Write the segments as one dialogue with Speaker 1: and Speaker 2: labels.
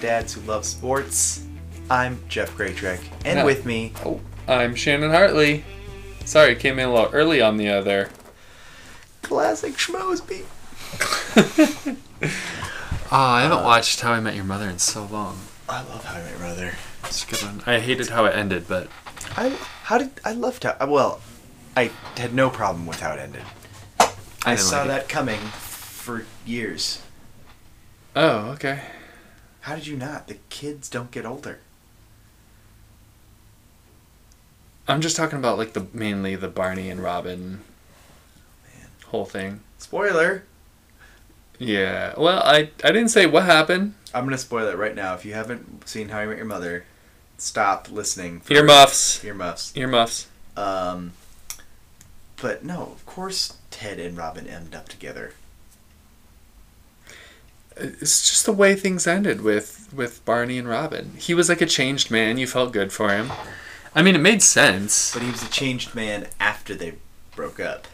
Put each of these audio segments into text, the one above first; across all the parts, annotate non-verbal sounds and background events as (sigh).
Speaker 1: dads who love sports. I'm Jeff Greatrek, and
Speaker 2: Yeah.
Speaker 1: with me,
Speaker 2: Oh, I'm Shannon Hartley. Sorry, came in a little early on the other.
Speaker 1: classic Schmoesby.
Speaker 2: Oh, I haven't watched How I Met Your Mother in so long.
Speaker 1: I love How I Met Your Mother.
Speaker 2: It's a good one. I hated how it ended, but
Speaker 1: I how did I loved how well, I had no problem with how it ended. I,
Speaker 2: didn't
Speaker 1: saw
Speaker 2: like it.
Speaker 1: that coming for years.
Speaker 2: Oh, okay.
Speaker 1: How did you not? The kids don't get older.
Speaker 2: I'm just talking about like the mainly the Barney and Robin whole thing.
Speaker 1: Spoiler.
Speaker 2: Yeah. Well, I I didn't say what happened.
Speaker 1: I'm gonna spoil it right now. If you haven't seen How I Met Your Mother, stop listening. For
Speaker 2: Earmuffs.
Speaker 1: Earmuffs.
Speaker 2: Earmuffs.
Speaker 1: Um, but no, of course Ted and Robin end up together.
Speaker 2: Uh, It's just the way things ended with with Barney and Robin. He was like a changed man. You felt good for him. I mean, it made sense.
Speaker 1: But he was a changed man after they broke up.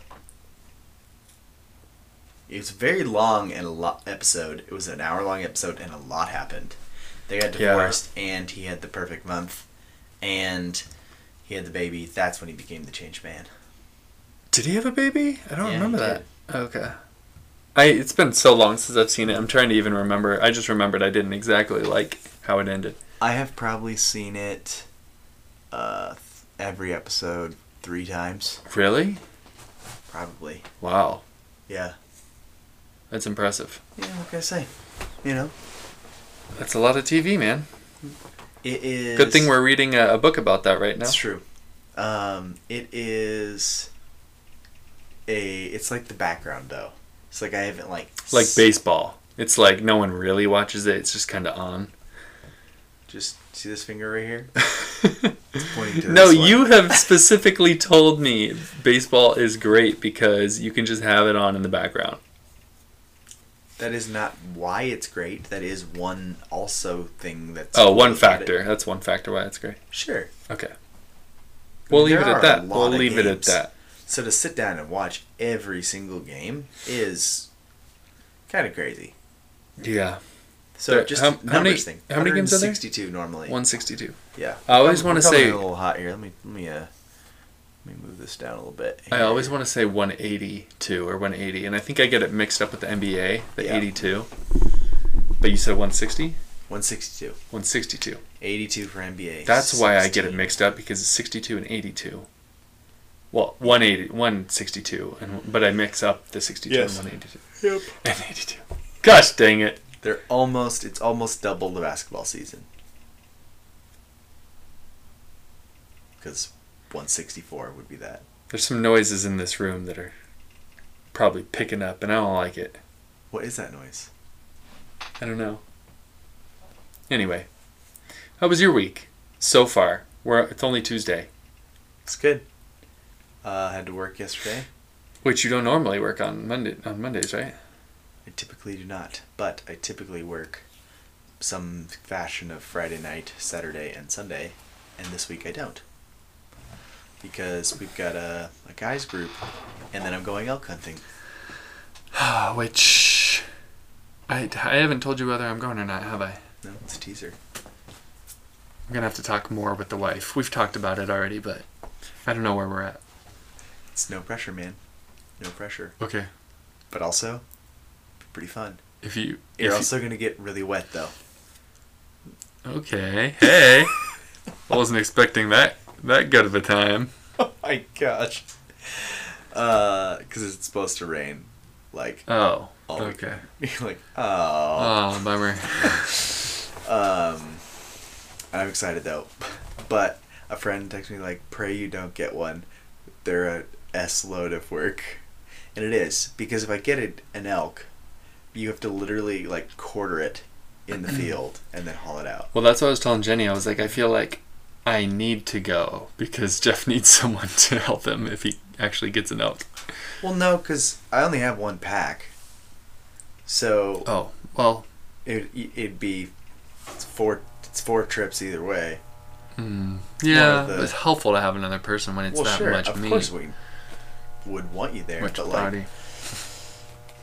Speaker 1: It was very long and a lot episode. It was an hour long episode, and a lot happened. They got
Speaker 2: Yeah.
Speaker 1: divorced, and he had the perfect month, and he had the baby. That's when he became the changed man.
Speaker 2: Did he have a baby? I don't
Speaker 1: Yeah,
Speaker 2: remember
Speaker 1: he
Speaker 2: that. Okay. I it's been so long since I've seen it. I'm trying to even remember. I just remembered I didn't exactly like how it ended.
Speaker 1: I have probably seen it uh, th- every episode three times,
Speaker 2: Really?
Speaker 1: probably.
Speaker 2: Wow.
Speaker 1: Yeah.
Speaker 2: That's impressive.
Speaker 1: Yeah, what can I say? You know,
Speaker 2: That's a lot of TV, man.
Speaker 1: it is.
Speaker 2: Good thing we're reading a, a book about that right now.
Speaker 1: It's true. Um, it is a. It's like the background though. It's like I haven't like
Speaker 2: Like
Speaker 1: s-
Speaker 2: baseball. It's like no one really watches it. It's just kind of on.
Speaker 1: Just see this finger right
Speaker 2: (laughs)
Speaker 1: here. pointing to
Speaker 2: no,
Speaker 1: this one.
Speaker 2: you have specifically told me baseball is great because you can just have it on in the background.
Speaker 1: That is not why it's great. That is one also thing that's.
Speaker 2: Oh, one
Speaker 1: cool about it.
Speaker 2: factor. That's one factor why it's great.
Speaker 1: Sure.
Speaker 2: Okay. We'll leave
Speaker 1: There
Speaker 2: it
Speaker 1: are a
Speaker 2: at that.
Speaker 1: lot
Speaker 2: We'll
Speaker 1: of
Speaker 2: leave it at
Speaker 1: games.
Speaker 2: that.
Speaker 1: So to sit down and watch every single game is kind of crazy.
Speaker 2: Yeah.
Speaker 1: So
Speaker 2: There-
Speaker 1: just
Speaker 2: how-
Speaker 1: numbers
Speaker 2: how many-
Speaker 1: thing.
Speaker 2: how many games are there?
Speaker 1: 62 normally.
Speaker 2: 162.
Speaker 1: Yeah.
Speaker 2: I always
Speaker 1: We're
Speaker 2: want to
Speaker 1: coming
Speaker 2: say
Speaker 1: in a little hot here. Let me let me uh let me move this down a little bit.
Speaker 2: I always want to say 182 or 180 and I think I get it mixed up with the NBA, the
Speaker 1: Yeah.
Speaker 2: 82. But you said 160?
Speaker 1: 162.
Speaker 2: 162.
Speaker 1: 82 for NBA.
Speaker 2: That's why I get it
Speaker 1: 16.
Speaker 2: mixed up because it's 62 and 82. Well, 180, 162 and but I mix up the 62
Speaker 1: Yes.
Speaker 2: and 182. (laughs) Yep. And 82. Gosh dang it.
Speaker 1: They're almost it's almost double the basketball season. Cuz 164 would be that.
Speaker 2: There's some noises in this room that are probably picking up and I don't like it.
Speaker 1: What is that noise?
Speaker 2: I don't know. Anyway, how was your week so far? We're it's only Tuesday,
Speaker 1: It's good. Uh, I had to work yesterday.
Speaker 2: which you don't normally work on Monday on Mondays, right?
Speaker 1: I typically do not, but I typically work some fashion of Friday night, Saturday, and Sunday, and this week I don't. Because we've got a, a guys group, and then I'm going elk hunting.
Speaker 2: (sighs) which I I haven't told you whether I'm going or not, have I?
Speaker 1: No, it's a teaser.
Speaker 2: I'm gonna have to talk more with the wife. We've talked about it already, but I don't know where we're at.
Speaker 1: It's no pressure, man. No pressure.
Speaker 2: Okay,
Speaker 1: But also, pretty fun.
Speaker 2: if you
Speaker 1: You're
Speaker 2: if you-
Speaker 1: also going to get really wet, though.
Speaker 2: (laughs) okay, hey, I wasn't expecting that that good of a time.
Speaker 1: (laughs) Oh my gosh. Because Uh, it's supposed to rain. Like, (laughs)
Speaker 2: Oh,
Speaker 1: all week.
Speaker 2: okay.
Speaker 1: You're like, oh.
Speaker 2: Oh, bummer.
Speaker 1: Um, I'm excited though. But a friend texted me like, "Pray you don't get one. They're a s load of work," and it is because if I get it, an elk, you have to literally like quarter it in (clears throat) the field and then haul it out.
Speaker 2: Well, that's what I was telling Jenny. I was like, I feel like I need to go because (laughs) Jeff needs someone to help him if he actually gets an elk.
Speaker 1: Well, no, because I only have one pack, so
Speaker 2: Oh, well,
Speaker 1: it it'd be it's four it's four trips either way.
Speaker 2: mm,
Speaker 1: hmm. yeah,
Speaker 2: yeah,
Speaker 1: the-
Speaker 2: it's helpful to have another person when it's
Speaker 1: well,
Speaker 2: that
Speaker 1: sure,
Speaker 2: much
Speaker 1: of
Speaker 2: meat,
Speaker 1: course we would want you there,
Speaker 2: much
Speaker 1: but like,
Speaker 2: body.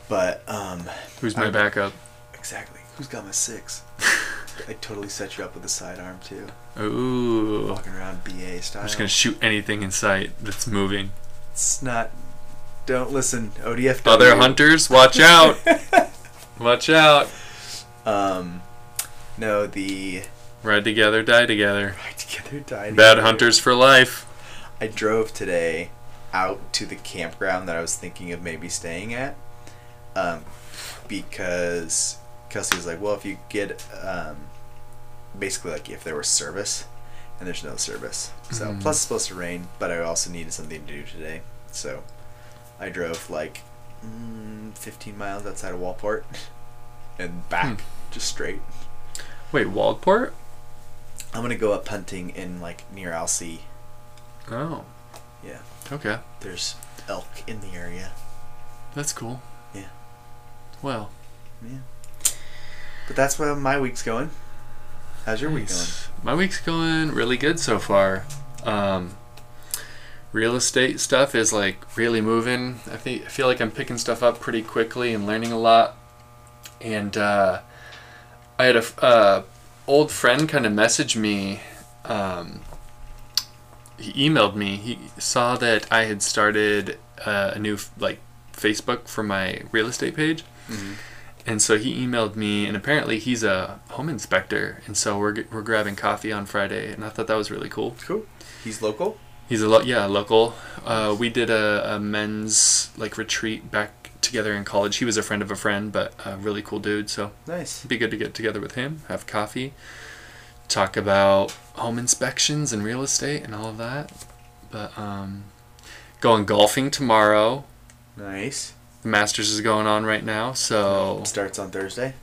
Speaker 1: but um,
Speaker 2: Who's my
Speaker 1: I'm-
Speaker 2: backup? (laughs)
Speaker 1: Exactly. Who's got my six? I totally set you up with a sidearm too.
Speaker 2: Ooh.
Speaker 1: Walking around BA style.
Speaker 2: I'm just gonna shoot anything in sight that's moving.
Speaker 1: It's not. Don't listen. ODF.
Speaker 2: Other hunters, watch out! (laughs) watch out!
Speaker 1: Um, no, the
Speaker 2: Ride together, die together.
Speaker 1: ride together died.
Speaker 2: Bad hunters for life.
Speaker 1: I drove today out to the campground that I was thinking of maybe staying at, um, because Kelsey was like, "Well, if you get, um, basically like if there was service, and there's no service, so
Speaker 2: Mhm.
Speaker 1: plus it's supposed to rain, but I also needed something to do today, so I drove like mm, 15 miles outside of Walport (laughs) and back, just straight.
Speaker 2: Wait, Waldport?
Speaker 1: I'm gonna go up hunting in like near Alsea.
Speaker 2: Oh.
Speaker 1: Yeah.
Speaker 2: Okay.
Speaker 1: There's elk in the area.
Speaker 2: That's cool.
Speaker 1: Yeah.
Speaker 2: Well.
Speaker 1: But that's where my week's going. How's your week going?
Speaker 2: Nice. My week's going really good so far. Um, real estate stuff is like really moving. I think I feel like I'm picking stuff up pretty quickly and learning a lot. And uh, I had a f- uh, old friend kind of message me. Um, he emailed me. He saw that I had started uh, a new f- like Facebook for my real estate page. And so he emailed me, and apparently he's a home inspector. And so we're, g- we're grabbing coffee on Friday, and I thought that was really cool.
Speaker 1: Cool. He's local.
Speaker 2: He's a lo- yeah local. Uh, we did a, a men's like retreat back together in college. He was a friend of a friend, but a really cool dude. So
Speaker 1: Nice.
Speaker 2: it'd be good to get together with him, have coffee, talk about home inspections and real estate and all of that. But um, going golfing tomorrow.
Speaker 1: Nice.
Speaker 2: The Masters is going on right now, so
Speaker 1: Starts on Thursday.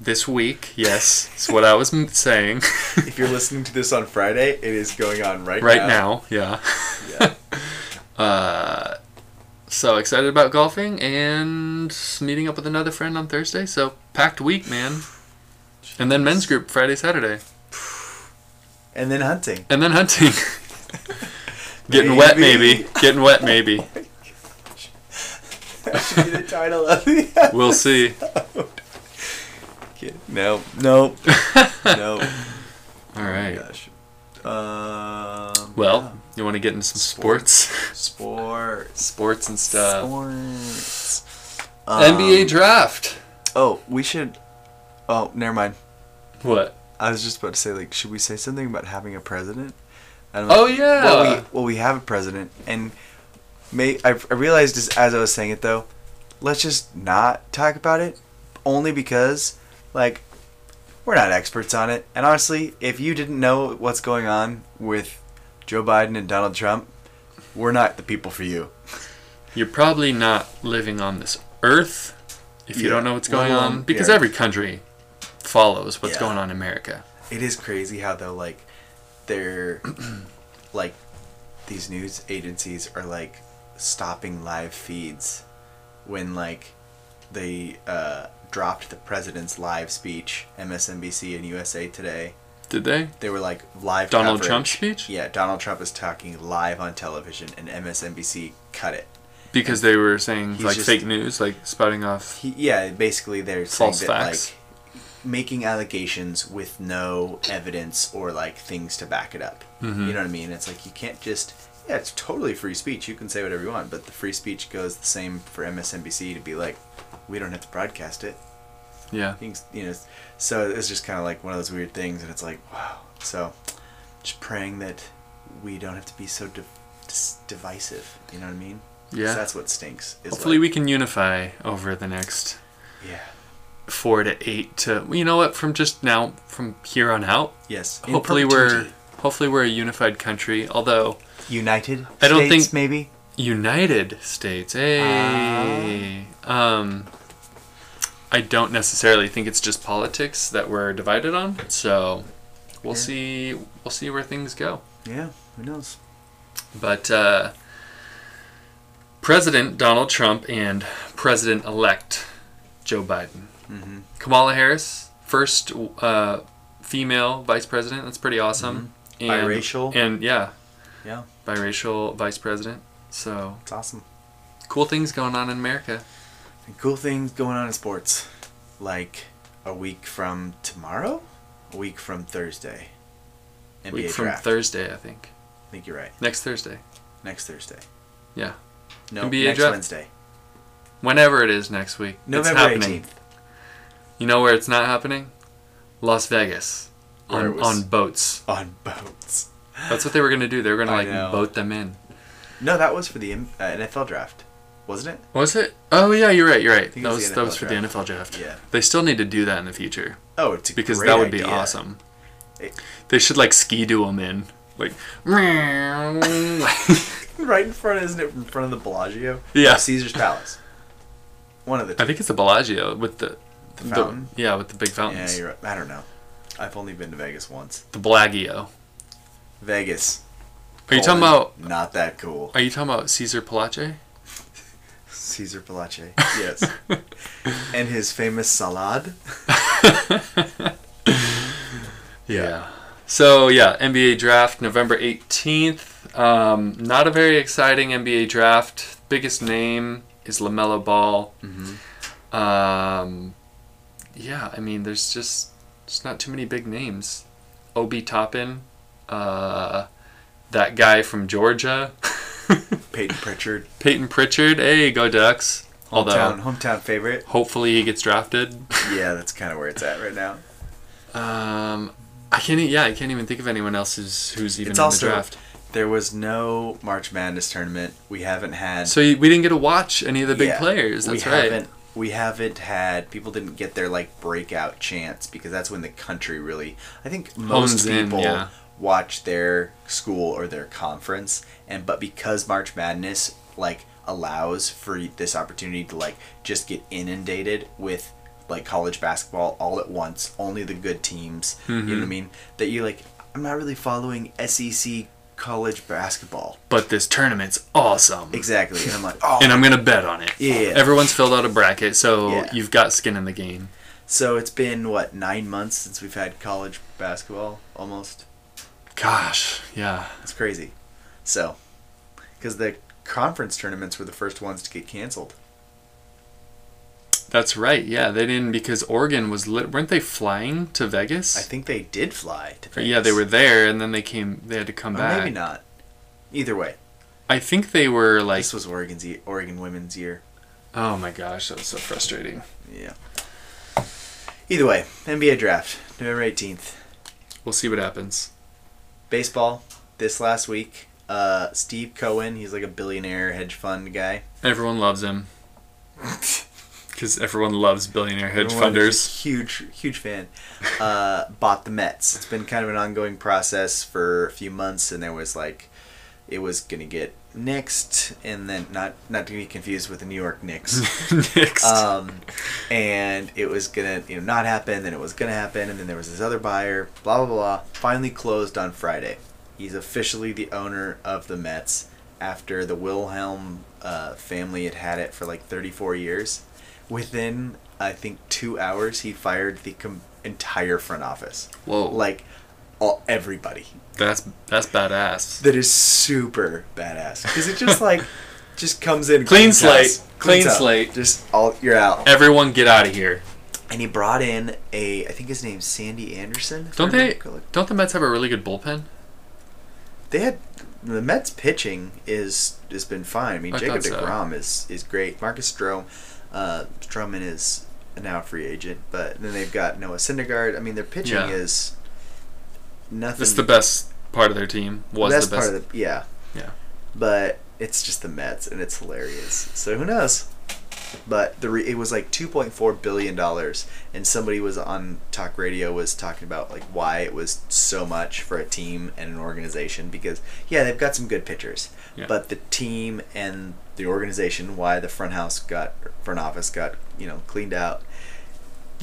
Speaker 2: this week. Yes, is what I was m- saying. (laughs)
Speaker 1: if you're listening to this on Friday, it is going on right,
Speaker 2: right
Speaker 1: now.
Speaker 2: now, yeah.
Speaker 1: Yeah.
Speaker 2: (laughs) Uh, so excited about golfing and meeting up with another friend on Thursday. So packed week, man. And then men's group Friday, Saturday,
Speaker 1: And then hunting. (laughs)
Speaker 2: and then hunting. (laughs) Getting
Speaker 1: Maybe.
Speaker 2: wet, maybe. Getting wet, maybe.
Speaker 1: That should be the title of the (laughs)
Speaker 2: (laughs) We'll see.
Speaker 1: Kid. No. No. No.
Speaker 2: (laughs) All right.
Speaker 1: Oh my gosh. Um,
Speaker 2: Well, you want to get into some sports,
Speaker 1: yeah. sports.
Speaker 2: sports (laughs) and stuff. Um,
Speaker 1: Sports. Um,
Speaker 2: NBA draft.
Speaker 1: Oh, we should. Oh, never mind.
Speaker 2: What?
Speaker 1: I was just about to say, like, should we say something about having a president? And I'm
Speaker 2: Oh,
Speaker 1: like,
Speaker 2: yeah.
Speaker 1: Well, we, well, we have a president, and may I, I realized as, as I was saying it though, let's just not talk about it, only because like we're not experts on it, and honestly, if you didn't know what's going on with Joe Biden and Donald Trump, we're not the people for you.
Speaker 2: you're probably not living on this earth if you
Speaker 1: Yeah,
Speaker 2: don't know what's
Speaker 1: we're
Speaker 2: going
Speaker 1: on
Speaker 2: on
Speaker 1: the
Speaker 2: because
Speaker 1: earth.
Speaker 2: every country follows what's
Speaker 1: Yeah.
Speaker 2: going on in America.
Speaker 1: It is crazy how though like they're (clears throat) like these news agencies are like stopping live feeds when like they uh, dropped the president's live speech, MSNBC and USA Today.
Speaker 2: Did they?
Speaker 1: They were like live.
Speaker 2: Donald
Speaker 1: coverage.
Speaker 2: Trump's speech?
Speaker 1: Yeah, Donald Trump is talking live on television, and MSNBC cut it.
Speaker 2: Because they were saying
Speaker 1: He's
Speaker 2: like
Speaker 1: just-
Speaker 2: fake news, like spouting off.
Speaker 1: He, yeah, basically they're
Speaker 2: False
Speaker 1: saying that
Speaker 2: facts.
Speaker 1: like making allegations with no evidence or like things to back it up.
Speaker 2: Mm-hmm.
Speaker 1: You know what I mean? It's like you can't just yeah, it's totally free speech. You can say whatever you want, but the free speech goes the same for MSNBC to be like, we don't have to broadcast it.
Speaker 2: Yeah.
Speaker 1: Things you know, so it's just kind of like one of those weird things, and it's like wow. So just praying that we don't have to be so div- dis- divisive. You know what I mean? 'Cause
Speaker 2: Yeah.
Speaker 1: that's what stinks. Is
Speaker 2: Hopefully
Speaker 1: like,
Speaker 2: we can unify over the next
Speaker 1: yeah.
Speaker 2: four to eight to you know what from just now from here on out.
Speaker 1: Yes. in
Speaker 2: Hopefully we're
Speaker 1: perpetuity.
Speaker 2: hopefully we're a unified country. Although
Speaker 1: United
Speaker 2: I don't
Speaker 1: States,
Speaker 2: think-
Speaker 1: maybe.
Speaker 2: United States, hey.
Speaker 1: Ah.
Speaker 2: um, I don't necessarily think it's just politics that we're divided on. So we'll
Speaker 1: Yeah.
Speaker 2: see. We'll see where things go.
Speaker 1: Yeah, who knows?
Speaker 2: But uh, President Donald Trump and President-elect Joe Biden,
Speaker 1: Mm-hmm.
Speaker 2: Kamala Harris, first uh, female vice president. That's pretty awesome. And,
Speaker 1: Mm-hmm. Biracial.
Speaker 2: and yeah,
Speaker 1: Yeah,
Speaker 2: biracial vice president. So
Speaker 1: it's awesome.
Speaker 2: cool things going on in America.
Speaker 1: And cool things going on in sports. Like a week from tomorrow, a week from Thursday. NBA
Speaker 2: Week from
Speaker 1: draft.
Speaker 2: Thursday, I think.
Speaker 1: I think you're right.
Speaker 2: Next Thursday.
Speaker 1: Next Thursday.
Speaker 2: Yeah.
Speaker 1: No,
Speaker 2: NBA
Speaker 1: next
Speaker 2: draft.
Speaker 1: Wednesday.
Speaker 2: Whenever it is next week.
Speaker 1: November
Speaker 2: it's happening.
Speaker 1: 18th.
Speaker 2: You know where it's not happening? Las Vegas.
Speaker 1: Where it
Speaker 2: On,
Speaker 1: was-
Speaker 2: on boats.
Speaker 1: On boats.
Speaker 2: That's what they were going to do. They were going to
Speaker 1: I
Speaker 2: like
Speaker 1: know.
Speaker 2: boat them in.
Speaker 1: No, that was for the M- uh, NFL draft, wasn't it?
Speaker 2: Was it? Oh, yeah, you're right. You're right.
Speaker 1: think
Speaker 2: That
Speaker 1: it was
Speaker 2: was,
Speaker 1: the
Speaker 2: that was for
Speaker 1: NFL
Speaker 2: the NFL draft.
Speaker 1: Yeah.
Speaker 2: They still need to do that in the future
Speaker 1: Oh, it's a
Speaker 2: because
Speaker 1: great
Speaker 2: that would be
Speaker 1: idea.
Speaker 2: awesome.
Speaker 1: It-
Speaker 2: They should like ski do them in. Like, (laughs) I
Speaker 1: (laughs) Right in front, isn't it? In front of the Bellagio.
Speaker 2: Yeah.
Speaker 1: Caesar's Palace. One of
Speaker 2: (laughs)
Speaker 1: the. Two.
Speaker 2: think it's the Bellagio with the,
Speaker 1: The fountain?
Speaker 2: yeah, with the big fountains.
Speaker 1: yeah, you're right. I don't know. I've only been to Vegas once.
Speaker 2: the Bellagio.
Speaker 1: Vegas.
Speaker 2: Are you talking
Speaker 1: Colon,
Speaker 2: about?
Speaker 1: Not that cool.
Speaker 2: Are you talking about Caesar Palace?
Speaker 1: Caesar Palace. Yes. (laughs) and his famous salad.
Speaker 2: Yeah. So yeah, NBA draft November eighteenth. Um, not a very exciting NBA draft. Biggest name is Lamelo Ball.
Speaker 1: Mhm.
Speaker 2: Um, yeah, I mean, there's just just not too many big names. Obi Toppin, uh, that guy from Georgia, (laughs)
Speaker 1: Peyton Pritchard.
Speaker 2: Peyton Pritchard. Hey, go Ducks! Although
Speaker 1: Hometown, hometown favorite.
Speaker 2: hopefully he gets drafted. (laughs)
Speaker 1: Yeah, that's kind of where it's at right now.
Speaker 2: Um, I can't. e- Yeah, I can't even think of anyone else who's who's even
Speaker 1: It's
Speaker 2: in
Speaker 1: also- (laughs)
Speaker 2: the draft.
Speaker 1: There was no March Madness tournament. We haven't had.
Speaker 2: So you, we didn't get to watch any of the big
Speaker 1: Yeah,
Speaker 2: players. That's
Speaker 1: we
Speaker 2: right.
Speaker 1: Haven't, we haven't had people didn't get their like breakout chance because that's when the country really. I think most
Speaker 2: Hones in,
Speaker 1: people
Speaker 2: yeah.
Speaker 1: watch their school or their conference, and but because March Madness like allows for this opportunity to like just get inundated with like college basketball all at once, only the good teams. You
Speaker 2: Mm-hmm.
Speaker 1: know what I mean? That you like. I'm not really following SEC college basketball
Speaker 2: But this tournament's awesome,
Speaker 1: exactly, and I'm like, oh,
Speaker 2: (laughs) and I'm gonna bet on it.
Speaker 1: Yeah.
Speaker 2: Everyone's filled out a bracket, so
Speaker 1: Yeah.
Speaker 2: you've got skin in the game.
Speaker 1: So it's been what nine months since we've had college basketball almost.
Speaker 2: Gosh, yeah.
Speaker 1: It's crazy. So, because the conference tournaments were the first ones to get canceled.
Speaker 2: That's right. Yeah, they didn't because Oregon was lit. Weren't they flying to Vegas?
Speaker 1: I think they did fly to Vegas.
Speaker 2: Yeah, they were there, and then they came. They had to come
Speaker 1: Or
Speaker 2: back.
Speaker 1: maybe not. Either way,
Speaker 2: I think they were like.
Speaker 1: this was Oregon's ye- Oregon women's year.
Speaker 2: Oh my gosh, that was so frustrating.
Speaker 1: Yeah. Either way, NBA draft November eighteenth.
Speaker 2: We'll see what happens.
Speaker 1: Baseball this last week. Uh, Steve Cohen, he's like a billionaire hedge fund guy. (laughs)
Speaker 2: Everyone loves him because everyone loves billionaire hedge
Speaker 1: Everyone is
Speaker 2: funders.
Speaker 1: a Huge, huge fan. Uh, (laughs) bought the Mets. It's been kind of an ongoing process for a few months, and there was like, it was gonna get nixed, and then not not to be confused with the New York Knicks.
Speaker 2: (laughs) Next.
Speaker 1: Um, and it was gonna you know not happen, then it was gonna happen, and then there was this other buyer. Blah blah blah. Finally closed on Friday. He's officially the owner of the Mets after the Wilhelm uh, family had had it for like 34 years. Within, I think, two hours, he fired the com- entire front office.
Speaker 2: Whoa.
Speaker 1: Like, all everybody.
Speaker 2: That's that's badass.
Speaker 1: That is super badass. Because it just
Speaker 2: (laughs)
Speaker 1: like, just comes in
Speaker 2: Clean
Speaker 1: cleans
Speaker 2: slate.
Speaker 1: house,
Speaker 2: Clean
Speaker 1: cleans up,
Speaker 2: slate.
Speaker 1: Just all you're out.
Speaker 2: Everyone get out of here.
Speaker 1: And he brought in a, I think his name's Sandy Anderson. if I
Speaker 2: Don't they
Speaker 1: remember correctly.
Speaker 2: don't the Mets have a really good bullpen?
Speaker 1: They had the Mets pitching is has been fine. I mean,
Speaker 2: I
Speaker 1: Jacob
Speaker 2: thought so.
Speaker 1: Degrom is is great. Marcus Stroh, uh, Stroman is now a free agent, but then they've got Noah Syndergaard. I mean, their pitching
Speaker 2: Yeah.
Speaker 1: is nothing.
Speaker 2: That's the best part of their team. Was
Speaker 1: best
Speaker 2: the best.
Speaker 1: part of the yeah.
Speaker 2: Yeah.
Speaker 1: But it's just the Mets, and it's hilarious. So who knows? But the re- it was like two point four billion dollars, and somebody was on talk radio was talking about like why it was so much for a team and an organization because yeah they've got some good pitchers,
Speaker 2: Yeah.
Speaker 1: but the team and the organization why the front house got front office got you know cleaned out,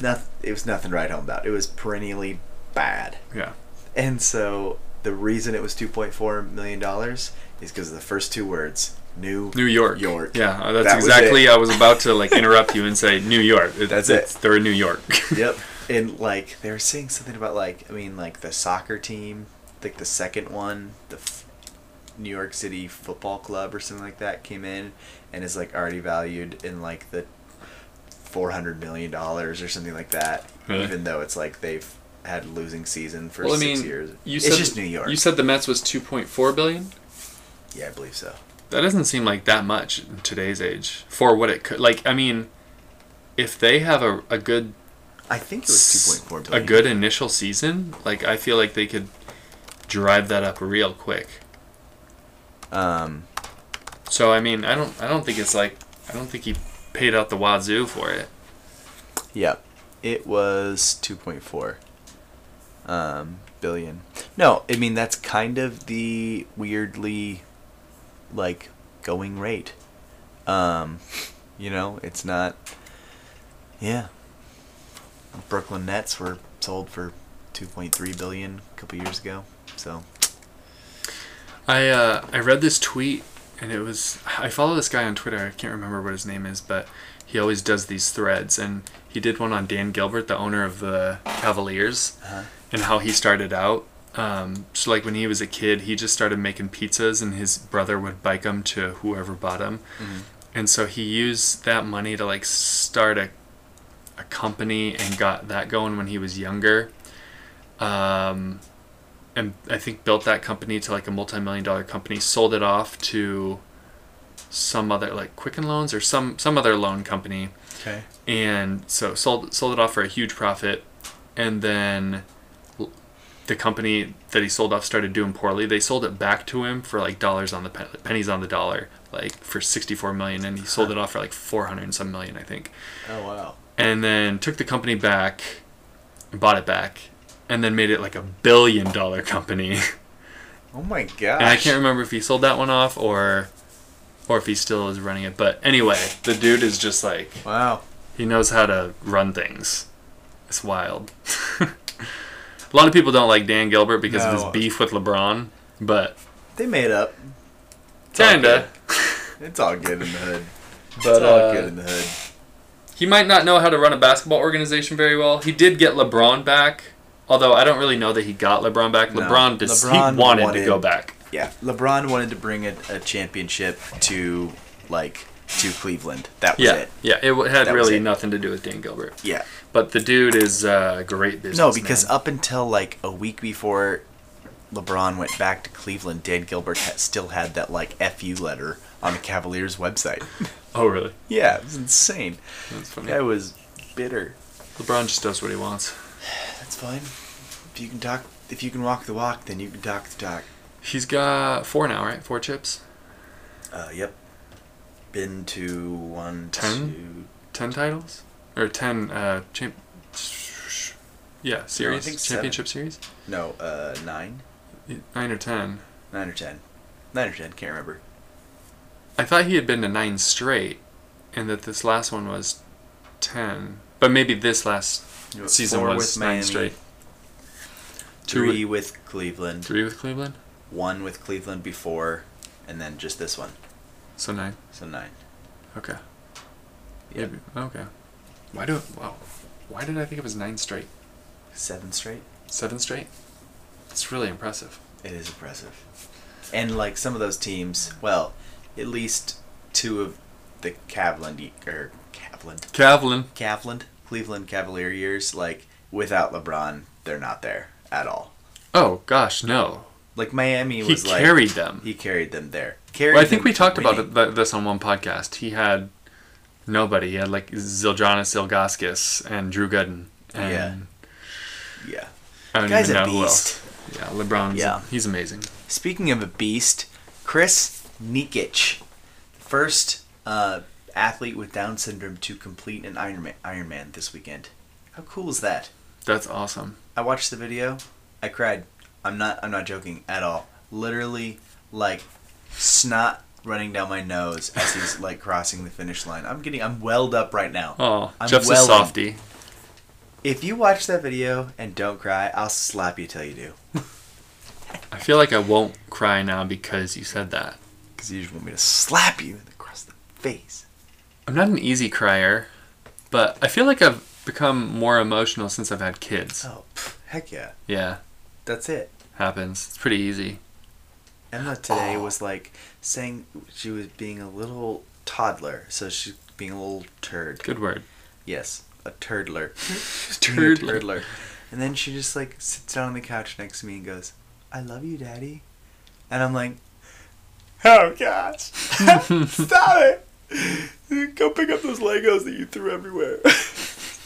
Speaker 1: nothing it was nothing to write home about. It was perennially bad.
Speaker 2: yeah.
Speaker 1: And so the reason it was two point four million dollars is because of the first two words, New
Speaker 2: New York.
Speaker 1: York.
Speaker 2: Yeah, uh, that's
Speaker 1: That was
Speaker 2: exactly.
Speaker 1: it.
Speaker 2: I was about to like interrupt you and say New York. It-
Speaker 1: That's
Speaker 2: it's-
Speaker 1: it.
Speaker 2: They're in New York. (laughs)
Speaker 1: Yep. And like they were saying something about like I mean like the soccer team, like the second one, the f- New York City Football Club or something like that came in and is like already valued in like the four hundred million dollars or something like that.
Speaker 2: Really?
Speaker 1: Even though it's like they've had a losing season for
Speaker 2: Well, I
Speaker 1: six
Speaker 2: mean,
Speaker 1: years.
Speaker 2: you
Speaker 1: it's
Speaker 2: said-
Speaker 1: just New York.
Speaker 2: You said the Mets was 2.4 billion.
Speaker 1: yeah, I believe so.
Speaker 2: That doesn't seem like that much in today's age for what it could. Like, I mean, if they have a, a good
Speaker 1: I think it was two point four
Speaker 2: a
Speaker 1: billion.
Speaker 2: good initial season, like I feel like they could drive that up real quick.
Speaker 1: Um,
Speaker 2: So I mean, I don't I don't think it's like I don't think he paid out the wazoo for it.
Speaker 1: yeah, it was two point four um, billion. No, I mean that's kind of the weirdly like going rate. Um, you know, it's not. Yeah, Brooklyn Nets were sold for two point three billion a couple years ago. So
Speaker 2: I uh, I read this tweet and it was I follow this guy on Twitter. I can't remember what his name is, but he always does these threads and he did one on Dan Gilbert, the owner of the Cavaliers,
Speaker 1: uh
Speaker 2: and how he started out. Um, so like when he was a kid, he just started making pizzas and his brother would bike them to whoever bought them. And so he used that money to like start a a company and got that going when he was younger. Um, and I think built that company to like a multi-million dollar company, sold it off to some other like Quicken Loans or some some other loan company
Speaker 1: okay,
Speaker 2: and so sold sold it off for a huge profit and then l- the company that he sold off started doing poorly they sold it back to him for like dollars on the pen, pennies on the dollar like for 64 million and he sold it off for like 400 and some million i think
Speaker 1: oh wow,
Speaker 2: and then took the company back bought it back and then made it like a billion dollar company (laughs)
Speaker 1: oh my gosh,
Speaker 2: and I can't remember if he sold that one off or or if he still is running it. But anyway, the dude is just like
Speaker 1: wow.
Speaker 2: he knows how to run things. It's wild. (laughs) A lot of people don't like Dan Gilbert because of
Speaker 1: No.
Speaker 2: his beef with LeBron, but
Speaker 1: They made up. It's all
Speaker 2: kinda.
Speaker 1: good. It's all good in the hood.
Speaker 2: But
Speaker 1: it's all
Speaker 2: uh,
Speaker 1: good in the hood.
Speaker 2: he might not know how to run a basketball organization very well. He did get LeBron back, although I don't really know that he got LeBron back.
Speaker 1: No.
Speaker 2: LeBron, just,
Speaker 1: LeBron
Speaker 2: he wanted,
Speaker 1: wanted-
Speaker 2: to go back.
Speaker 1: Yeah, LeBron wanted to bring a, a championship to like to Cleveland. That was
Speaker 2: Yeah,
Speaker 1: it.
Speaker 2: yeah, it w- had
Speaker 1: That was
Speaker 2: really
Speaker 1: it.
Speaker 2: nothing to do with Dan Gilbert.
Speaker 1: Yeah.
Speaker 2: But the dude is uh, great business.
Speaker 1: No, because up until like a week before LeBron went back to Cleveland, Dan Gilbert ha- still had that like "fu" letter on the Cavaliers (laughs) website.
Speaker 2: oh really?
Speaker 1: yeah, it was insane.
Speaker 2: That's funny.
Speaker 1: That was bitter.
Speaker 2: LeBron just does what he wants.
Speaker 1: That's fine. If you can talk, if you can walk the walk, then you can talk the talk.
Speaker 2: He's got four now, right? Four chips,
Speaker 1: Uh, yep. Been to one,
Speaker 2: Ten? ten titles, or ten uh, champ. Yeah, series
Speaker 1: think seven.
Speaker 2: championship series,
Speaker 1: two- no, uh, nine,
Speaker 2: nine or ten.
Speaker 1: nine or ten, nine or ten. Can't remember.
Speaker 2: I thought he had been to nine straight, and that this last one was ten. But maybe this last
Speaker 1: You know,
Speaker 2: season
Speaker 1: four
Speaker 2: was nine straight. Two
Speaker 1: three with Cleveland,
Speaker 2: three with Cleveland,
Speaker 1: one with Cleveland before, and then just this one.
Speaker 2: so nine.
Speaker 1: So nine.
Speaker 2: Okay.
Speaker 1: Yeah,
Speaker 2: Maybe- Okay. Why do wow? Why did I think it was nine straight?
Speaker 1: seven straight.
Speaker 2: Seven straight. It's really impressive.
Speaker 1: It is impressive. And like some of those teams, well, at least two of the Cavland or Cavland,
Speaker 2: Cavlin.
Speaker 1: Cavland, Cleveland Cavalier years, like without LeBron, they're not there at all.
Speaker 2: Oh gosh, no.
Speaker 1: Like Miami
Speaker 2: He
Speaker 1: was like
Speaker 2: carried them.
Speaker 1: He carried them there. Carried
Speaker 2: well, I think
Speaker 1: them
Speaker 2: we
Speaker 1: to
Speaker 2: talked about
Speaker 1: winning.
Speaker 2: it, th- this on one podcast. He had nobody. He had like Zildjiannis Ilgaskis and Drew Gooden. And
Speaker 1: Yeah. Yeah.
Speaker 2: I don't
Speaker 1: Guy's
Speaker 2: even
Speaker 1: a
Speaker 2: know who
Speaker 1: beast.
Speaker 2: else. Yeah, LeBron's.
Speaker 1: Yeah.
Speaker 2: He's amazing.
Speaker 1: Speaking of a beast, Chris Nikic, first uh, athlete with Down syndrome to complete an Ironman, Ironman this weekend. How cool is that?
Speaker 2: That's awesome.
Speaker 1: I watched the video. I cried. I'm not. I'm not joking at all. Literally, like snot running down my nose as he's (laughs) like crossing the finish line. I'm getting. I'm welled up right now.
Speaker 2: Oh,
Speaker 1: I'm
Speaker 2: Jeff's
Speaker 1: welling.
Speaker 2: a softie.
Speaker 1: If you watch that video and don't cry, I'll slap you till you do.
Speaker 2: I feel like I won't cry now because you said that.
Speaker 1: Because you just want me to slap you across the face.
Speaker 2: I'm not an easy crier, but I feel like I've become more emotional since I've had kids.
Speaker 1: Oh, pff, heck yeah.
Speaker 2: Yeah,
Speaker 1: That's it.
Speaker 2: happens. It's pretty easy.
Speaker 1: Emma today was like saying she was being a little toddler, so she's being a little turd.
Speaker 2: Good word.
Speaker 1: Yes, a turdler. Being a
Speaker 2: Turdler.
Speaker 1: turdler. And then she just like sits down on the couch next to me and goes, "I love you, Daddy," and I'm like, "Oh gosh, (laughs) stop it! Go pick up those Legos that you threw everywhere. (laughs)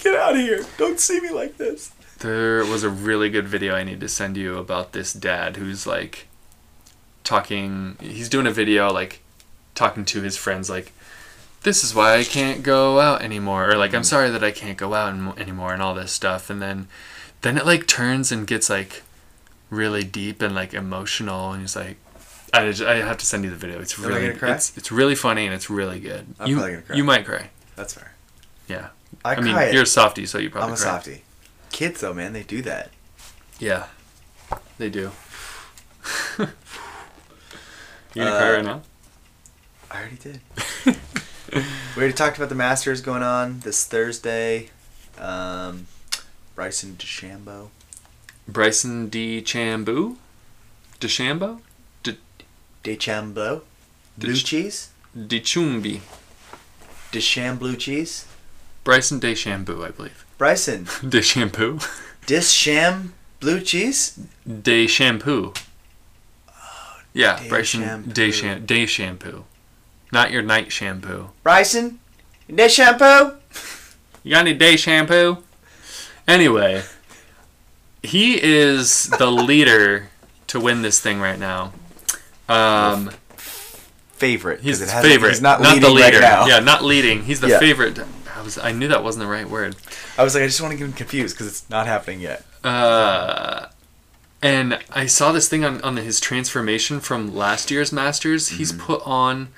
Speaker 1: Get out of here! Don't see me like this."
Speaker 2: There was a really good video I need to send you about this dad who's like talking. He's doing a video like talking to his friends like, "This is why I can't go out anymore," or
Speaker 1: Mm.
Speaker 2: like, "I'm sorry that I can't go out an- anymore," and all this stuff. And then, then it like turns and gets like really deep and like emotional, and he's like. I, just- I have to send you the video. It's
Speaker 1: Am I gonna
Speaker 2: really
Speaker 1: cry?
Speaker 2: it's it's really funny and it's really good.
Speaker 1: I'm
Speaker 2: you
Speaker 1: probably gonna cry.
Speaker 2: you might cry.
Speaker 1: That's fair.
Speaker 2: Yeah.
Speaker 1: I,
Speaker 2: I, mean,
Speaker 1: cry.
Speaker 2: you're a softie, so you probably
Speaker 1: I'm a
Speaker 2: cry.
Speaker 1: softie. Kids though, man, they do that.
Speaker 2: Yeah, they do. (laughs) you gonna
Speaker 1: Uh,
Speaker 2: cry right now?
Speaker 1: I already did. we already talked about the Masters going on this Thursday. Um, Bryson DeChambeau.
Speaker 2: (laughs) Bryson DeChambeau, DeChambeau,
Speaker 1: DeChambeau. Blue
Speaker 2: Dech-
Speaker 1: cheese.
Speaker 2: DeChumbi,
Speaker 1: DeCham blue cheese.
Speaker 2: Bryson DeChambeau, I believe. (laughs)
Speaker 1: Bryson.
Speaker 2: DeChambeau,
Speaker 1: DeCham blue cheese.
Speaker 2: DeChampoo. Yeah, Bryson
Speaker 1: DeChambeau.
Speaker 2: DeCham DeChampoo, not your night shampoo.
Speaker 1: Bryson. DeChambeau.
Speaker 2: You got any day shampoo? Anyway, he is the leader to win this thing right now. Um,
Speaker 1: Favorite. 'cause
Speaker 2: he's
Speaker 1: it
Speaker 2: his
Speaker 1: hasn't-
Speaker 2: favorite,
Speaker 1: He's not, leading
Speaker 2: the leader.
Speaker 1: right now.
Speaker 2: Yeah, not leading. He's the
Speaker 1: Yeah.
Speaker 2: favorite. I was, I knew that wasn't the right word.
Speaker 1: I was like, I just want to get him confused because it's not happening yet.
Speaker 2: Uh, and I saw this thing on on his transformation from last year's Masters. He's
Speaker 1: Mm-hmm.
Speaker 2: put on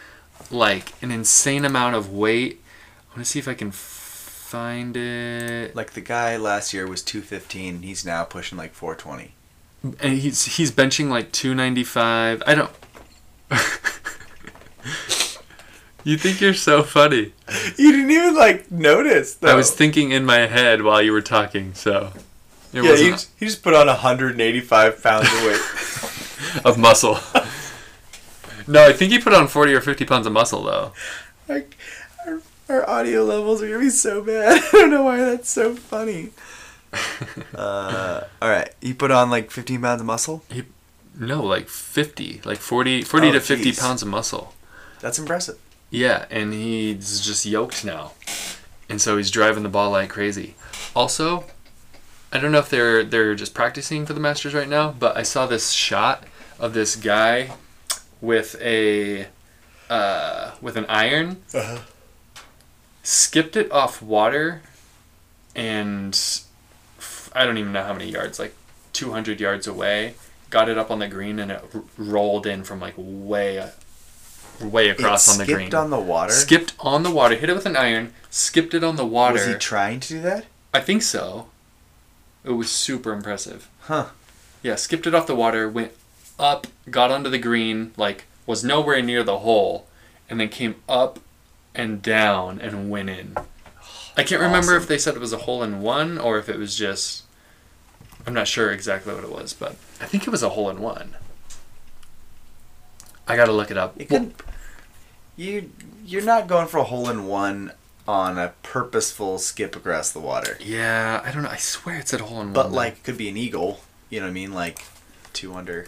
Speaker 2: like an insane amount of weight. I want to see if I can find it.
Speaker 1: Like the guy last year was 215. He's now pushing like 420.
Speaker 2: and he's he's benching like 295 i don't (laughs) you think you're so funny
Speaker 1: You didn't even like notice. Though.
Speaker 2: i was thinking in my head while you were talking so it
Speaker 1: Yeah, he
Speaker 2: wasn't
Speaker 1: just, he just put on 185 pounds of weight.
Speaker 2: (laughs) of muscle no i think he put on 40 or 50 pounds of muscle though
Speaker 1: like, our, our audio levels are gonna be so bad. (laughs) I don't know why that's so funny. (laughs) uh, all right, he put on like 15 pounds of muscle.
Speaker 2: no like 50 like 40 40
Speaker 1: Oh,
Speaker 2: to 50
Speaker 1: geez.
Speaker 2: pounds of muscle
Speaker 1: That's impressive.
Speaker 2: Yeah, and he's just yoked now. And so he's driving the ball like crazy. Also, I don't know if they're they're just practicing for the Masters right now, but I saw this shot of this guy with a uh, with an iron
Speaker 1: Uh-huh.
Speaker 2: skipped it off water and f- I don't even know how many yards, like 200 yards away, got it up on the green and it r- rolled in from like way way across
Speaker 1: it
Speaker 2: on the
Speaker 1: skipped
Speaker 2: green.
Speaker 1: on the water.
Speaker 2: Skipped on the water, hit it with an iron, skipped it on the water.
Speaker 1: Was he trying to do that?
Speaker 2: I think so. It was super impressive.
Speaker 1: Huh.
Speaker 2: Yeah, skipped it off the water, went up, got onto the green, like was nowhere near the hole, and then came up and down and went in. I can't remember if
Speaker 1: Awesome.
Speaker 2: they said it was a hole in one or if it was just. I'm not sure exactly what it was, but I think it was a hole in one. I gotta look it up.
Speaker 1: You couldn't. You you're not going for a hole in one on a purposeful skip across the water.
Speaker 2: yeah, I don't know. I swear it said hole in one.
Speaker 1: But
Speaker 2: though.
Speaker 1: like, could be an eagle. You know what I mean? Like, two under.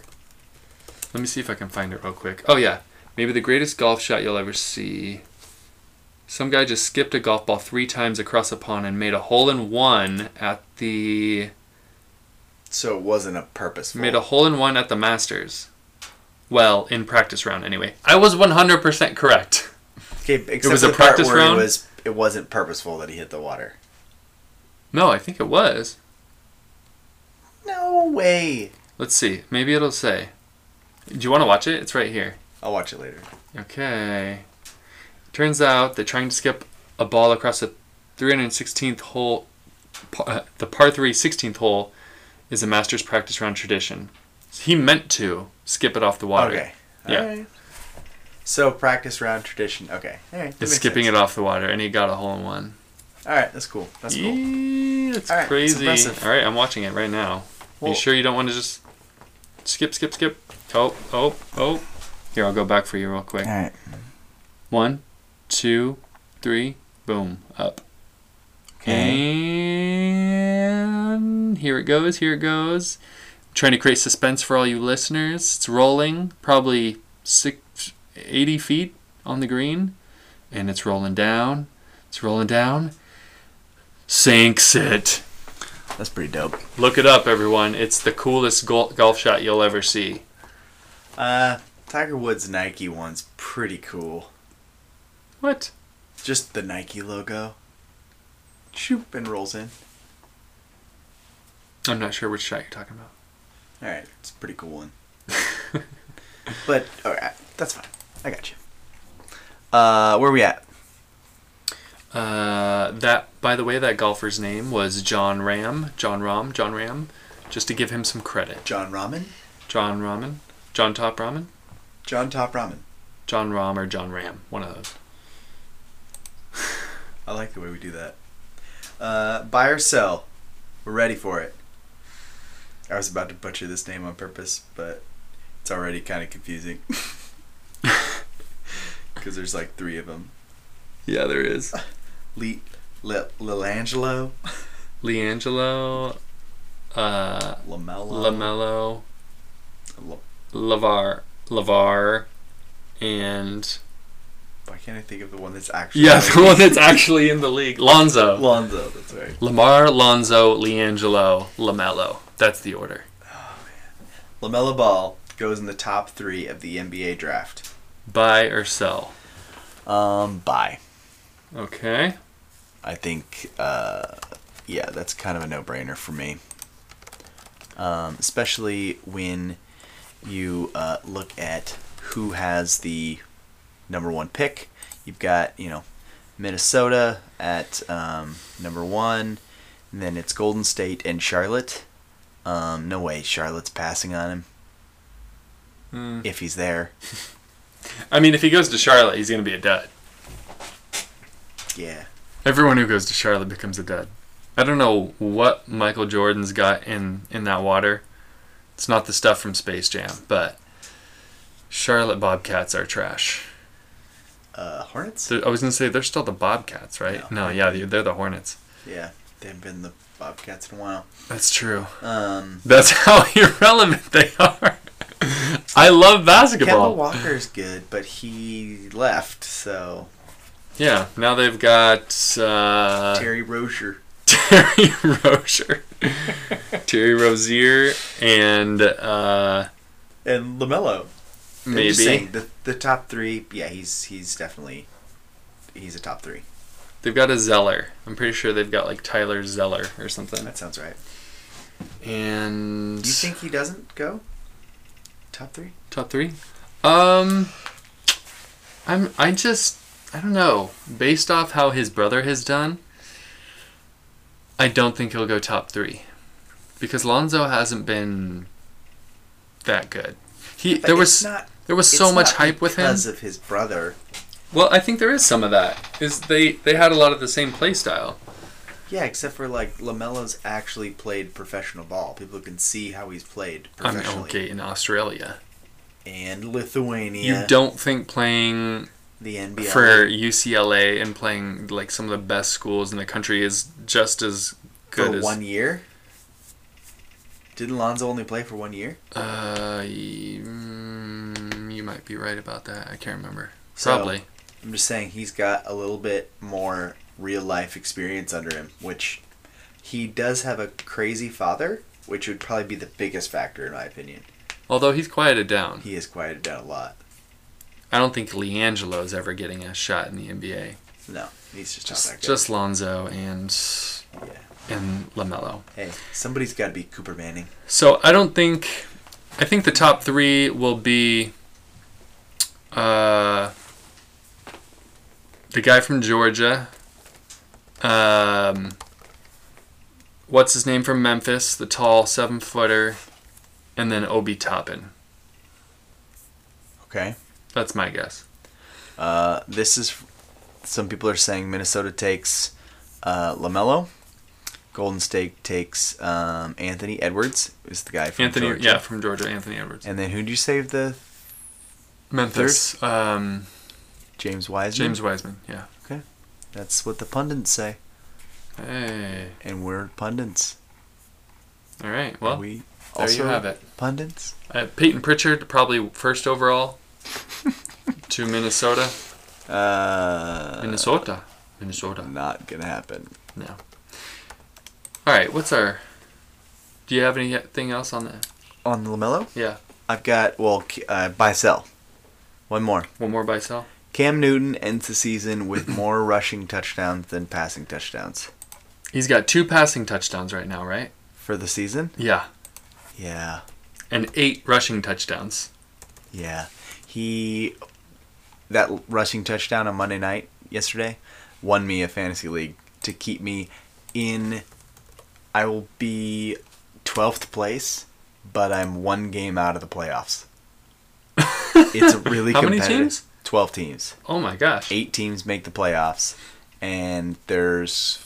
Speaker 2: Let me see if I can find it real quick. Oh yeah, maybe the greatest golf shot you'll ever see. Some guy just skipped a golf ball three times across a pond and made a hole in one at the
Speaker 1: So it wasn't a purposeful.
Speaker 2: made a hole in one at the Masters. Well, in practice round anyway. I was 100% correct.
Speaker 1: Okay, except
Speaker 2: was
Speaker 1: for
Speaker 2: a
Speaker 1: the part
Speaker 2: practice
Speaker 1: where
Speaker 2: round?
Speaker 1: It was. It wasn't purposeful that he hit the water.
Speaker 2: No, I think it was.
Speaker 1: No way.
Speaker 2: Let's see. Maybe it'll say. Do you want to watch it? It's right here.
Speaker 1: I'll watch it later.
Speaker 2: Okay. Turns out that trying to skip a ball across the 316th hole, pa- uh, the par 3 16th hole, is a Masters practice round tradition. he meant to skip it off the water.
Speaker 1: Okay.
Speaker 2: Yeah.
Speaker 1: Alright. So practice round tradition. Okay. All right.
Speaker 2: It's skipping it off the water, and he got a hole in one.
Speaker 1: All right. That's cool. That's cool.
Speaker 2: Yee, that's
Speaker 1: All right, it's
Speaker 2: crazy.
Speaker 1: impressive.
Speaker 2: All right, I'm watching it right now.
Speaker 1: Well-
Speaker 2: you sure you don't want to just skip, skip, skip? Oh, oh, oh. Here, I'll go back for you real quick.
Speaker 1: All right.
Speaker 2: One, two, three, boom, up.
Speaker 1: Okay.
Speaker 2: And Here it goes. Here it goes. trying to create suspense for all you listeners. It's rolling, probably six, 80 feet on the green, and it's rolling down. It's rolling down. Sinks it.
Speaker 1: That's pretty dope.
Speaker 2: Look it up, everyone. It's the coolest gol- golf shot you'll ever see.
Speaker 1: Uh, Tiger Woods Nike one's pretty cool.
Speaker 2: What?
Speaker 1: Just the Nike logo. Choop and rolls in.
Speaker 2: I'm not sure which shot you're talking about.
Speaker 1: All right, it's a pretty cool one. but all right, that's fine. I got you. Uh, where we at?
Speaker 2: Uh, that, by the way, that golfer's name was John Ram. John Rom. John Ram. Just to give him some credit.
Speaker 1: John Ramen.
Speaker 2: John Ramen. John Top Ramen.
Speaker 1: John Top Ramen.
Speaker 2: John Rom or John Ram. One of those.
Speaker 1: I like the way we do that. Uh, buy or sell. We're ready for it. I was about to butcher this name on purpose, but it's already kind of
Speaker 2: (laughs)
Speaker 1: confusing. Because there's like three of them.
Speaker 2: Yeah, there is.
Speaker 1: Le- Le- Lilangelo?
Speaker 2: Leangelo. Uh,
Speaker 1: Lamello?
Speaker 2: Lamelo.
Speaker 1: Lam-
Speaker 2: Lavar. Lavar. And
Speaker 1: Why can't I think of the one that's actually.
Speaker 2: yeah, (laughs) the one that's actually in the league, Lonzo.
Speaker 1: Lonzo, that's right.
Speaker 2: Lamar, Lonzo, Leangelo, Lamelo. That's the order.
Speaker 1: LaMelo Ball goes in the top three of the NBA draft.
Speaker 2: Buy or sell.
Speaker 1: Um, buy.
Speaker 2: Okay.
Speaker 1: I think, uh, yeah, that's kind of a no brainer for me. Um, especially when you uh, look at who has the number one pick. You've got, you know, Minnesota at um, number one, and then it's Golden State and Charlotte. Um, no way, Charlotte's passing on him
Speaker 2: Mm.
Speaker 1: if he's there.
Speaker 2: I mean, if he goes to Charlotte, he's going to be a dud.
Speaker 1: Yeah.
Speaker 2: Everyone who goes to Charlotte becomes a dud. I don't know what Michael Jordan's got in in that water. It's not the stuff from Space Jam, but Charlotte Bobcats are trash.
Speaker 1: Uh, Hornets?
Speaker 2: So I was going to say they're still the Bobcats, right?
Speaker 1: No.
Speaker 2: No, yeah, they're they're the Hornets.
Speaker 1: Yeah, they haven't been the Bobcats in a while.
Speaker 2: That's true.
Speaker 1: Um,
Speaker 2: That's (laughs) how irrelevant they are. I love
Speaker 1: Kemba
Speaker 2: basketball.
Speaker 1: Walker's good, but he left, so
Speaker 2: Yeah, now they've got uh,
Speaker 1: Terry Rozier.
Speaker 2: (laughs) Terry (laughs) Rozier, Terry Rozier, and uh,
Speaker 1: And LaMelo. I'm
Speaker 2: maybe
Speaker 1: just saying, the, the top three, yeah, he's he's definitely he's a top three.
Speaker 2: they've got a Zeller. I'm pretty sure they've got like Tyler Zeller or something.
Speaker 1: That sounds right.
Speaker 2: And
Speaker 1: You think he doesn't go? Top three?
Speaker 2: top three? Um, I'm I just I don't know. Based off how his brother has done, I don't think he'll go top three because Lonzo hasn't been that good. He
Speaker 1: But
Speaker 2: there
Speaker 1: it's
Speaker 2: was
Speaker 1: not,
Speaker 2: there was so
Speaker 1: it's
Speaker 2: much
Speaker 1: not
Speaker 2: hype with him.
Speaker 1: because of his brother.
Speaker 2: Well, I think there is some of that. Is they they had a lot of the same play style.
Speaker 1: Yeah, except for like Lamelo's actually played professional ball. People can see how he's played
Speaker 2: I mean,
Speaker 1: professionally.
Speaker 2: okay, in Australia,
Speaker 1: And Lithuania,
Speaker 2: you don't think playing
Speaker 1: the NBA.
Speaker 2: for UCLA and playing like some of the best schools in the country is just as good
Speaker 1: for
Speaker 2: as
Speaker 1: one year. Didn't Lonzo only play for one year?
Speaker 2: Uh, y- mm, you might be right about that. I can't remember.
Speaker 1: So-
Speaker 2: Probably.
Speaker 1: I'm just saying he's got a little bit more real life experience under him, which he does have a crazy father, which would probably be the biggest factor in my opinion.
Speaker 2: Although he's quieted down.
Speaker 1: He has quieted down a lot.
Speaker 2: I don't think Leangelo's ever getting a shot in the NBA.
Speaker 1: No, he's just, not
Speaker 2: Just,
Speaker 1: that good.
Speaker 2: just Lonzo and
Speaker 1: yeah.
Speaker 2: and Lamelo.
Speaker 1: Hey, somebody's got to be Cooper Manning.
Speaker 2: So I don't think. I think the top three will be. Uh, the guy from Georgia. Um, what's his name from Memphis? The tall seven footer, and then Obi Toppin.
Speaker 1: Okay.
Speaker 2: That's my guess.
Speaker 1: Uh, this is some people are saying Minnesota takes uh, Lamelo. Golden State takes um, Anthony Edwards. Is the guy from
Speaker 2: Anthony,
Speaker 1: Georgia.
Speaker 2: yeah, from Georgia, Anthony Edwards.
Speaker 1: And then who'd you save the
Speaker 2: Memphis, um,
Speaker 1: James Wiseman?
Speaker 2: James Wiseman. Yeah.
Speaker 1: That's what the pundits say,
Speaker 2: Hey,
Speaker 1: and we're pundits.
Speaker 2: All right. Well,
Speaker 1: we
Speaker 2: there
Speaker 1: also
Speaker 2: you have it.
Speaker 1: pundits.
Speaker 2: Uh, Peyton Pritchard probably first overall to Minnesota.
Speaker 1: Uh,
Speaker 2: Minnesota. Minnesota.
Speaker 1: Not gonna happen.
Speaker 2: No. All right. What's our? Do you have anything else on that?
Speaker 1: On Lamelo,
Speaker 2: Yeah.
Speaker 1: I've got well K- uh, buy sell. One more.
Speaker 2: One more by sell.
Speaker 1: Cam Newton ends the season
Speaker 2: (coughs)
Speaker 1: with more rushing touchdowns than passing touchdowns
Speaker 2: He's got two passing touchdowns right now, right?
Speaker 1: for the season.
Speaker 2: Yeah.
Speaker 1: Yeah,
Speaker 2: And eight rushing touchdowns.
Speaker 1: yeah. He that l- rushing touchdown on Monday night yesterday won me a fantasy league to keep me in. I will be twelfth place, but I'm one game out of the playoffs.
Speaker 2: (laughs)
Speaker 1: It's really
Speaker 2: How many
Speaker 1: competitive.
Speaker 2: teams?
Speaker 1: Twelve teams.
Speaker 2: Oh my gosh.
Speaker 1: eight teams make the playoffs, and there's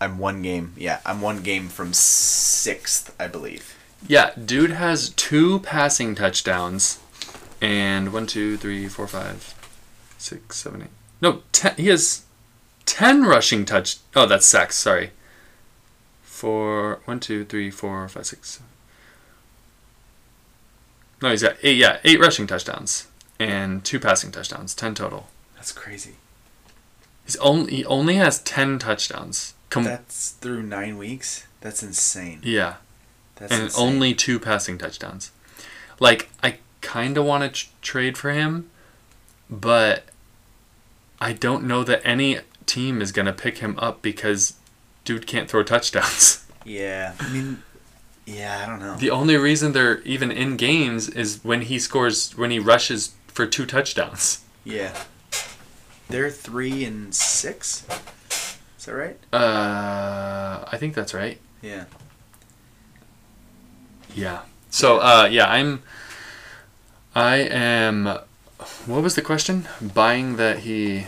Speaker 1: I'm one game. Yeah, I'm one game from sixth, I believe.
Speaker 2: Yeah, dude has two passing touchdowns, and one, two, three, four, five, six, seven, eight. No, ten. He has ten rushing touch. Oh, that's sacks. Sorry. Four, one, two, three, four, five, six. seven. No, he's got eight. Yeah, eight rushing touchdowns and two passing touchdowns. Ten total.
Speaker 1: That's crazy.
Speaker 2: He's only he only has ten touchdowns. Com-
Speaker 1: That's through nine weeks. That's insane.
Speaker 2: yeah.
Speaker 1: That's
Speaker 2: and
Speaker 1: insane.
Speaker 2: only two passing touchdowns. Like I kind of want to tr- trade for him, but I don't know that any team is gonna pick him up because dude can't throw touchdowns. (laughs)
Speaker 1: Yeah, I mean, yeah, I don't know.
Speaker 2: the only reason they're even in games is when he scores when he rushes for two touchdowns.
Speaker 1: yeah, they're three and six. Is that right?
Speaker 2: Uh, I think that's right.
Speaker 1: Yeah.
Speaker 2: Yeah. So uh, yeah, I'm. I am. What was the question? Buying that he.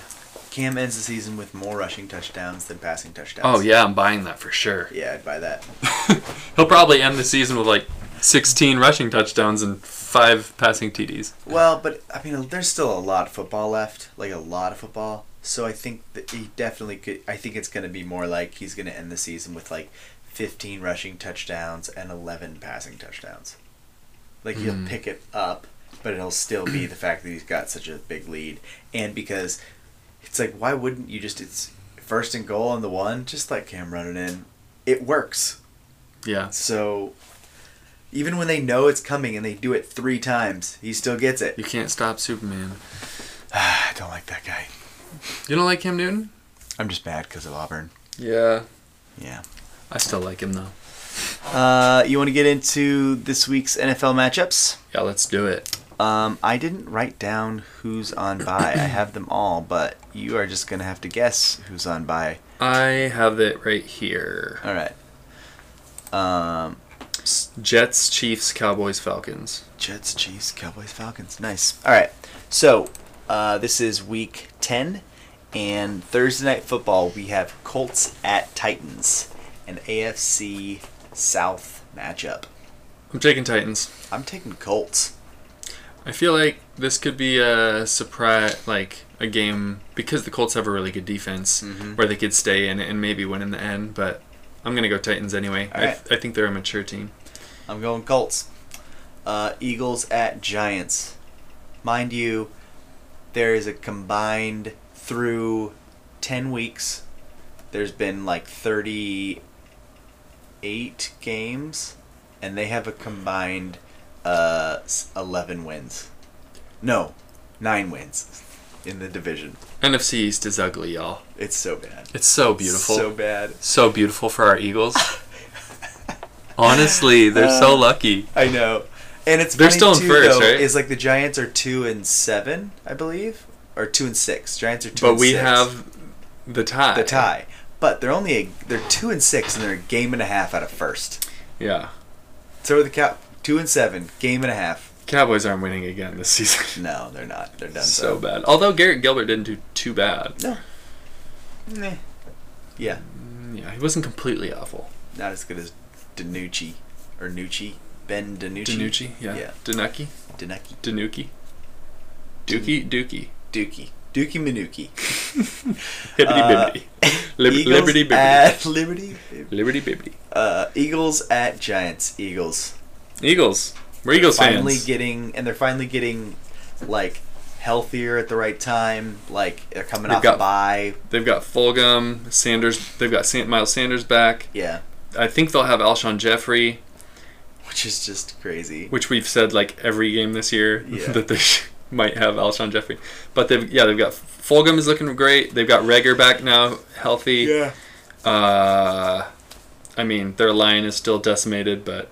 Speaker 1: Cam ends the season with more rushing touchdowns than passing touchdowns.
Speaker 2: Oh yeah, I'm buying that for sure.
Speaker 1: Yeah, I'd buy that.
Speaker 2: He'll probably end the season with like 16 rushing touchdowns and five passing TDs.
Speaker 1: Well, but I mean, there's still a lot of football left, like a lot of football. So I think that he definitely could. I think it's going to be more like he's going to end the season with like 15 rushing touchdowns and 11 passing touchdowns. Like he'll
Speaker 2: Mhm.
Speaker 1: pick it up, but it'll still be the fact that he's got such a big lead, and because it's like, why wouldn't you just? It's first and goal on the one. Just let Cam run it in. It works.
Speaker 2: Yeah.
Speaker 1: So even when they know it's coming and they do it three times, he still gets it.
Speaker 2: You can't stop Superman.
Speaker 1: (sighs) I don't like that guy.
Speaker 2: You don't like Cam Newton?
Speaker 1: I'm just mad because of Auburn.
Speaker 2: Yeah.
Speaker 1: Yeah.
Speaker 2: I still like him though.
Speaker 1: Uh, you want to get into this week's NFL matchups?
Speaker 2: Yeah, let's do it.
Speaker 1: Um, I didn't write down who's on by. I have them all, but you are just gonna have to guess who's on by.
Speaker 2: I have it right here.
Speaker 1: All right. Um,
Speaker 2: Jets, Chiefs, Cowboys, Falcons.
Speaker 1: Jets, Chiefs, Cowboys, Falcons. Nice. All right. So uh, this is week ten, and Thursday night football. We have Colts at Titans, an AFC South matchup.
Speaker 2: I'm taking Titans.
Speaker 1: I'm taking Colts.
Speaker 2: I feel like this could be a surprise, like a game because the Colts have a really good defense
Speaker 1: Mhm.
Speaker 2: where they could stay in it and maybe win in the end. But I'm gonna go Titans anyway. I,
Speaker 1: Alright.
Speaker 2: I think they're a mature team.
Speaker 1: I'm going Colts. Uh, Eagles at Giants. Mind you, there is a combined through 10 weeks, there's been like 38 games, and they have a combined uh, s- 11 wins. No, 9 wins in the division.
Speaker 2: NFC East is ugly, y'all.
Speaker 1: It's so bad.
Speaker 2: It's so beautiful.
Speaker 1: So
Speaker 2: So,
Speaker 1: bad.
Speaker 2: beautiful for our
Speaker 1: (laughs)
Speaker 2: Eagles. Honestly, they're so
Speaker 1: Uh,
Speaker 2: lucky.
Speaker 1: I know. And it's
Speaker 2: They're
Speaker 1: funny,
Speaker 2: still in
Speaker 1: too,
Speaker 2: first,
Speaker 1: though,
Speaker 2: right?
Speaker 1: Is like the Giants are two and seven, I believe, or two and six. Giants are two.
Speaker 2: But
Speaker 1: and
Speaker 2: we
Speaker 1: six.
Speaker 2: have the tie.
Speaker 1: the tie, but they're only a, they're two and six, and they're a game and a half out of first.
Speaker 2: Yeah.
Speaker 1: So are the cow two and seven, game and a half.
Speaker 2: Cowboys aren't winning again this (laughs) season.
Speaker 1: No, they're not. They're done.
Speaker 2: so bad. Although Garrett Gilbert didn't do too bad.
Speaker 1: no. Nah. Yeah,
Speaker 2: Mm, Yeah, he wasn't completely awful.
Speaker 1: not as good as Danucci or Nucci. Ben Danucci.
Speaker 2: Danucci, yeah.
Speaker 1: Yeah.
Speaker 2: Danucci.
Speaker 1: Danucci. (laughs)
Speaker 2: Danucci. Dookie. Dookie.
Speaker 1: Dookie. Dookie Manuki.
Speaker 2: Hibbity
Speaker 1: Uh, (laughs)
Speaker 2: bibbity. Lib-
Speaker 1: Eagles
Speaker 2: liberty bibbity.
Speaker 1: at (laughs) Liberty. bibbity.
Speaker 2: Liberty bibbity.
Speaker 1: Uh, Eagles at Giants. Eagles.
Speaker 2: Eagles. We're Eagles
Speaker 1: finally
Speaker 2: fans.
Speaker 1: getting and they're finally getting like healthier at the right time. Like they're coming
Speaker 2: They've
Speaker 1: off
Speaker 2: got-
Speaker 1: a bye.
Speaker 2: They've got Fulgham, Sanders. They've got San- Miles Sanders back.
Speaker 1: Yeah,
Speaker 2: I think they'll have Alshon Jeffrey,
Speaker 1: which is just crazy.
Speaker 2: which we've said like every game this year (laughs)
Speaker 1: Yeah.
Speaker 2: that they sh- might have Alshon Jeffrey. But they've yeah they've got Fulgham is looking great. They've got Rager back now, healthy. Uh, I mean their line is still decimated, but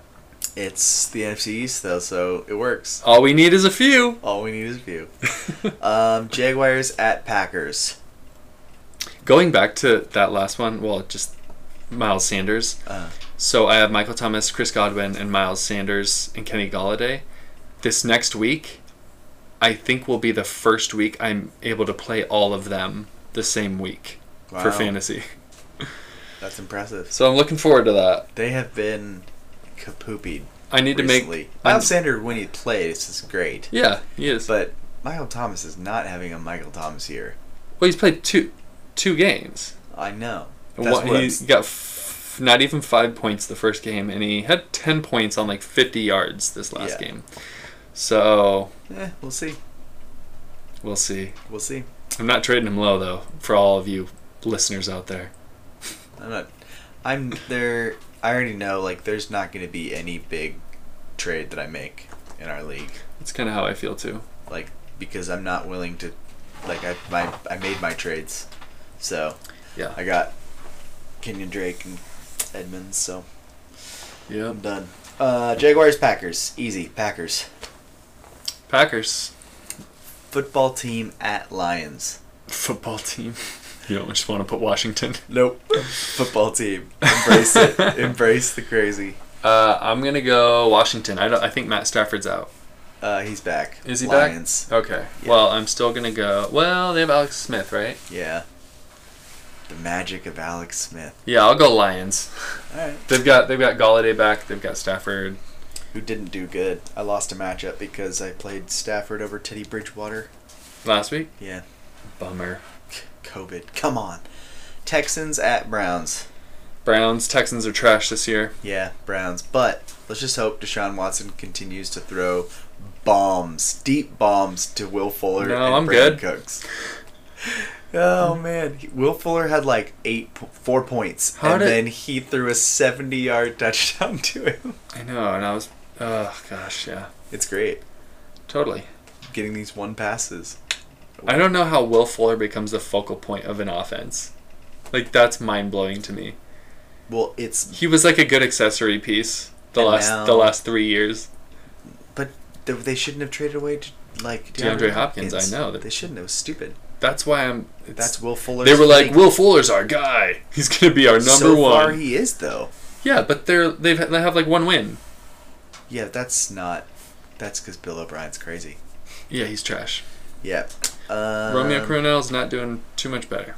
Speaker 1: It's the NFC East though, so it works.
Speaker 2: all we need is
Speaker 1: (laughs)
Speaker 2: a few.
Speaker 1: All we need is view. um, Jaguars at Packers.
Speaker 2: Going back to that last one, well, just Miles Sanders.
Speaker 1: Uh,
Speaker 2: So I have Michael Thomas, Chris Godwin, and Miles Sanders and Kenny Galladay. This next week, I think will be the first week I'm able to play all of them the same week
Speaker 1: wow,
Speaker 2: for fantasy.
Speaker 1: That's impressive.
Speaker 2: So I'm looking forward to that.
Speaker 1: They have been kapoopied
Speaker 2: I need to
Speaker 1: recently.
Speaker 2: make
Speaker 1: Miles Sanders when he played, it's just great.
Speaker 2: Yeah, he is.
Speaker 1: But Michael Thomas is not having a Michael Thomas year.
Speaker 2: well, he's played two two games.
Speaker 1: I know. That's
Speaker 2: One,
Speaker 1: what I'm
Speaker 2: he
Speaker 1: s-
Speaker 2: got f- not even five points the first game, and he had ten points on like 50 yards this last
Speaker 1: Yeah.
Speaker 2: game. So
Speaker 1: Eh, we'll see.
Speaker 2: we'll see.
Speaker 1: We'll see.
Speaker 2: I'm not trading him low though for all of you listeners out there.
Speaker 1: I'm not. I'm there. I already know. Like, there's not going to be any big trade that I make in our league.
Speaker 2: That's kind of how I feel too.
Speaker 1: Like, because I'm not willing to. Like, I my I made my trades, so
Speaker 2: Yeah.
Speaker 1: I got Kenyon Drake and Edmonds. So
Speaker 2: Yeah.
Speaker 1: I'm done. Uh, Jaguars Packers easy Packers
Speaker 2: Packers
Speaker 1: football team at Lions.
Speaker 2: football (laughs) team. You don't just want to put Washington.
Speaker 1: Nope. (laughs) football team embrace it.
Speaker 2: (laughs)
Speaker 1: Embrace the crazy.
Speaker 2: Uh, I'm gonna go Washington. I don't. I think Matt Stafford's out.
Speaker 1: Uh, he's back.
Speaker 2: Is he back?
Speaker 1: Lions.
Speaker 2: Okay.
Speaker 1: Yeah.
Speaker 2: Well, I'm still gonna go. Well, they have Alex Smith, right?
Speaker 1: Yeah. The magic of Alex Smith.
Speaker 2: Yeah, I'll go Lions.
Speaker 1: All right.
Speaker 2: They've got they've got Galladay back. They've got Stafford.
Speaker 1: Who didn't do good? I lost a matchup because I played Stafford over Teddy Bridgewater.
Speaker 2: Last week.
Speaker 1: Yeah.
Speaker 2: Bummer.
Speaker 1: COVID. Come on. Texans at Browns.
Speaker 2: Browns Texans are trash this year.
Speaker 1: Yeah, Browns. But let's just hope Deshaun Watson continues to throw bombs, deep bombs to Will Fuller
Speaker 2: No,
Speaker 1: and
Speaker 2: I'm
Speaker 1: Brandon
Speaker 2: good.
Speaker 1: Cooks. Oh man, Will Fuller had like eight, po- four points,
Speaker 2: How
Speaker 1: and
Speaker 2: did-
Speaker 1: then he threw a seventy-yard touchdown (laughs) to him.
Speaker 2: I know, and I was. Oh gosh, yeah,
Speaker 1: It's great.
Speaker 2: totally.
Speaker 1: getting these one passes.
Speaker 2: I don't know how Will Fuller becomes the focal point of an offense. Like that's mind blowing to me.
Speaker 1: Well, it's
Speaker 2: He was like a good accessory piece the
Speaker 1: And
Speaker 2: last
Speaker 1: now-
Speaker 2: the last three years.
Speaker 1: but th- they shouldn't have traded away to, like
Speaker 2: DeAndre Hopkins, I know.
Speaker 1: they shouldn't. It was stupid.
Speaker 2: That's why I'm. It's,
Speaker 1: That's Will Fuller.
Speaker 2: they were like Will Fuller's our guy. (laughs) He's gonna be our number
Speaker 1: so
Speaker 2: one.
Speaker 1: far he is though.
Speaker 2: yeah, but they're they've they have like one win.
Speaker 1: Yeah, that's not. That's because Bill O'Brien's crazy.
Speaker 2: Yeah, he's trash.
Speaker 1: Yeah. Um,
Speaker 2: Romeo Cornell's not doing too much better.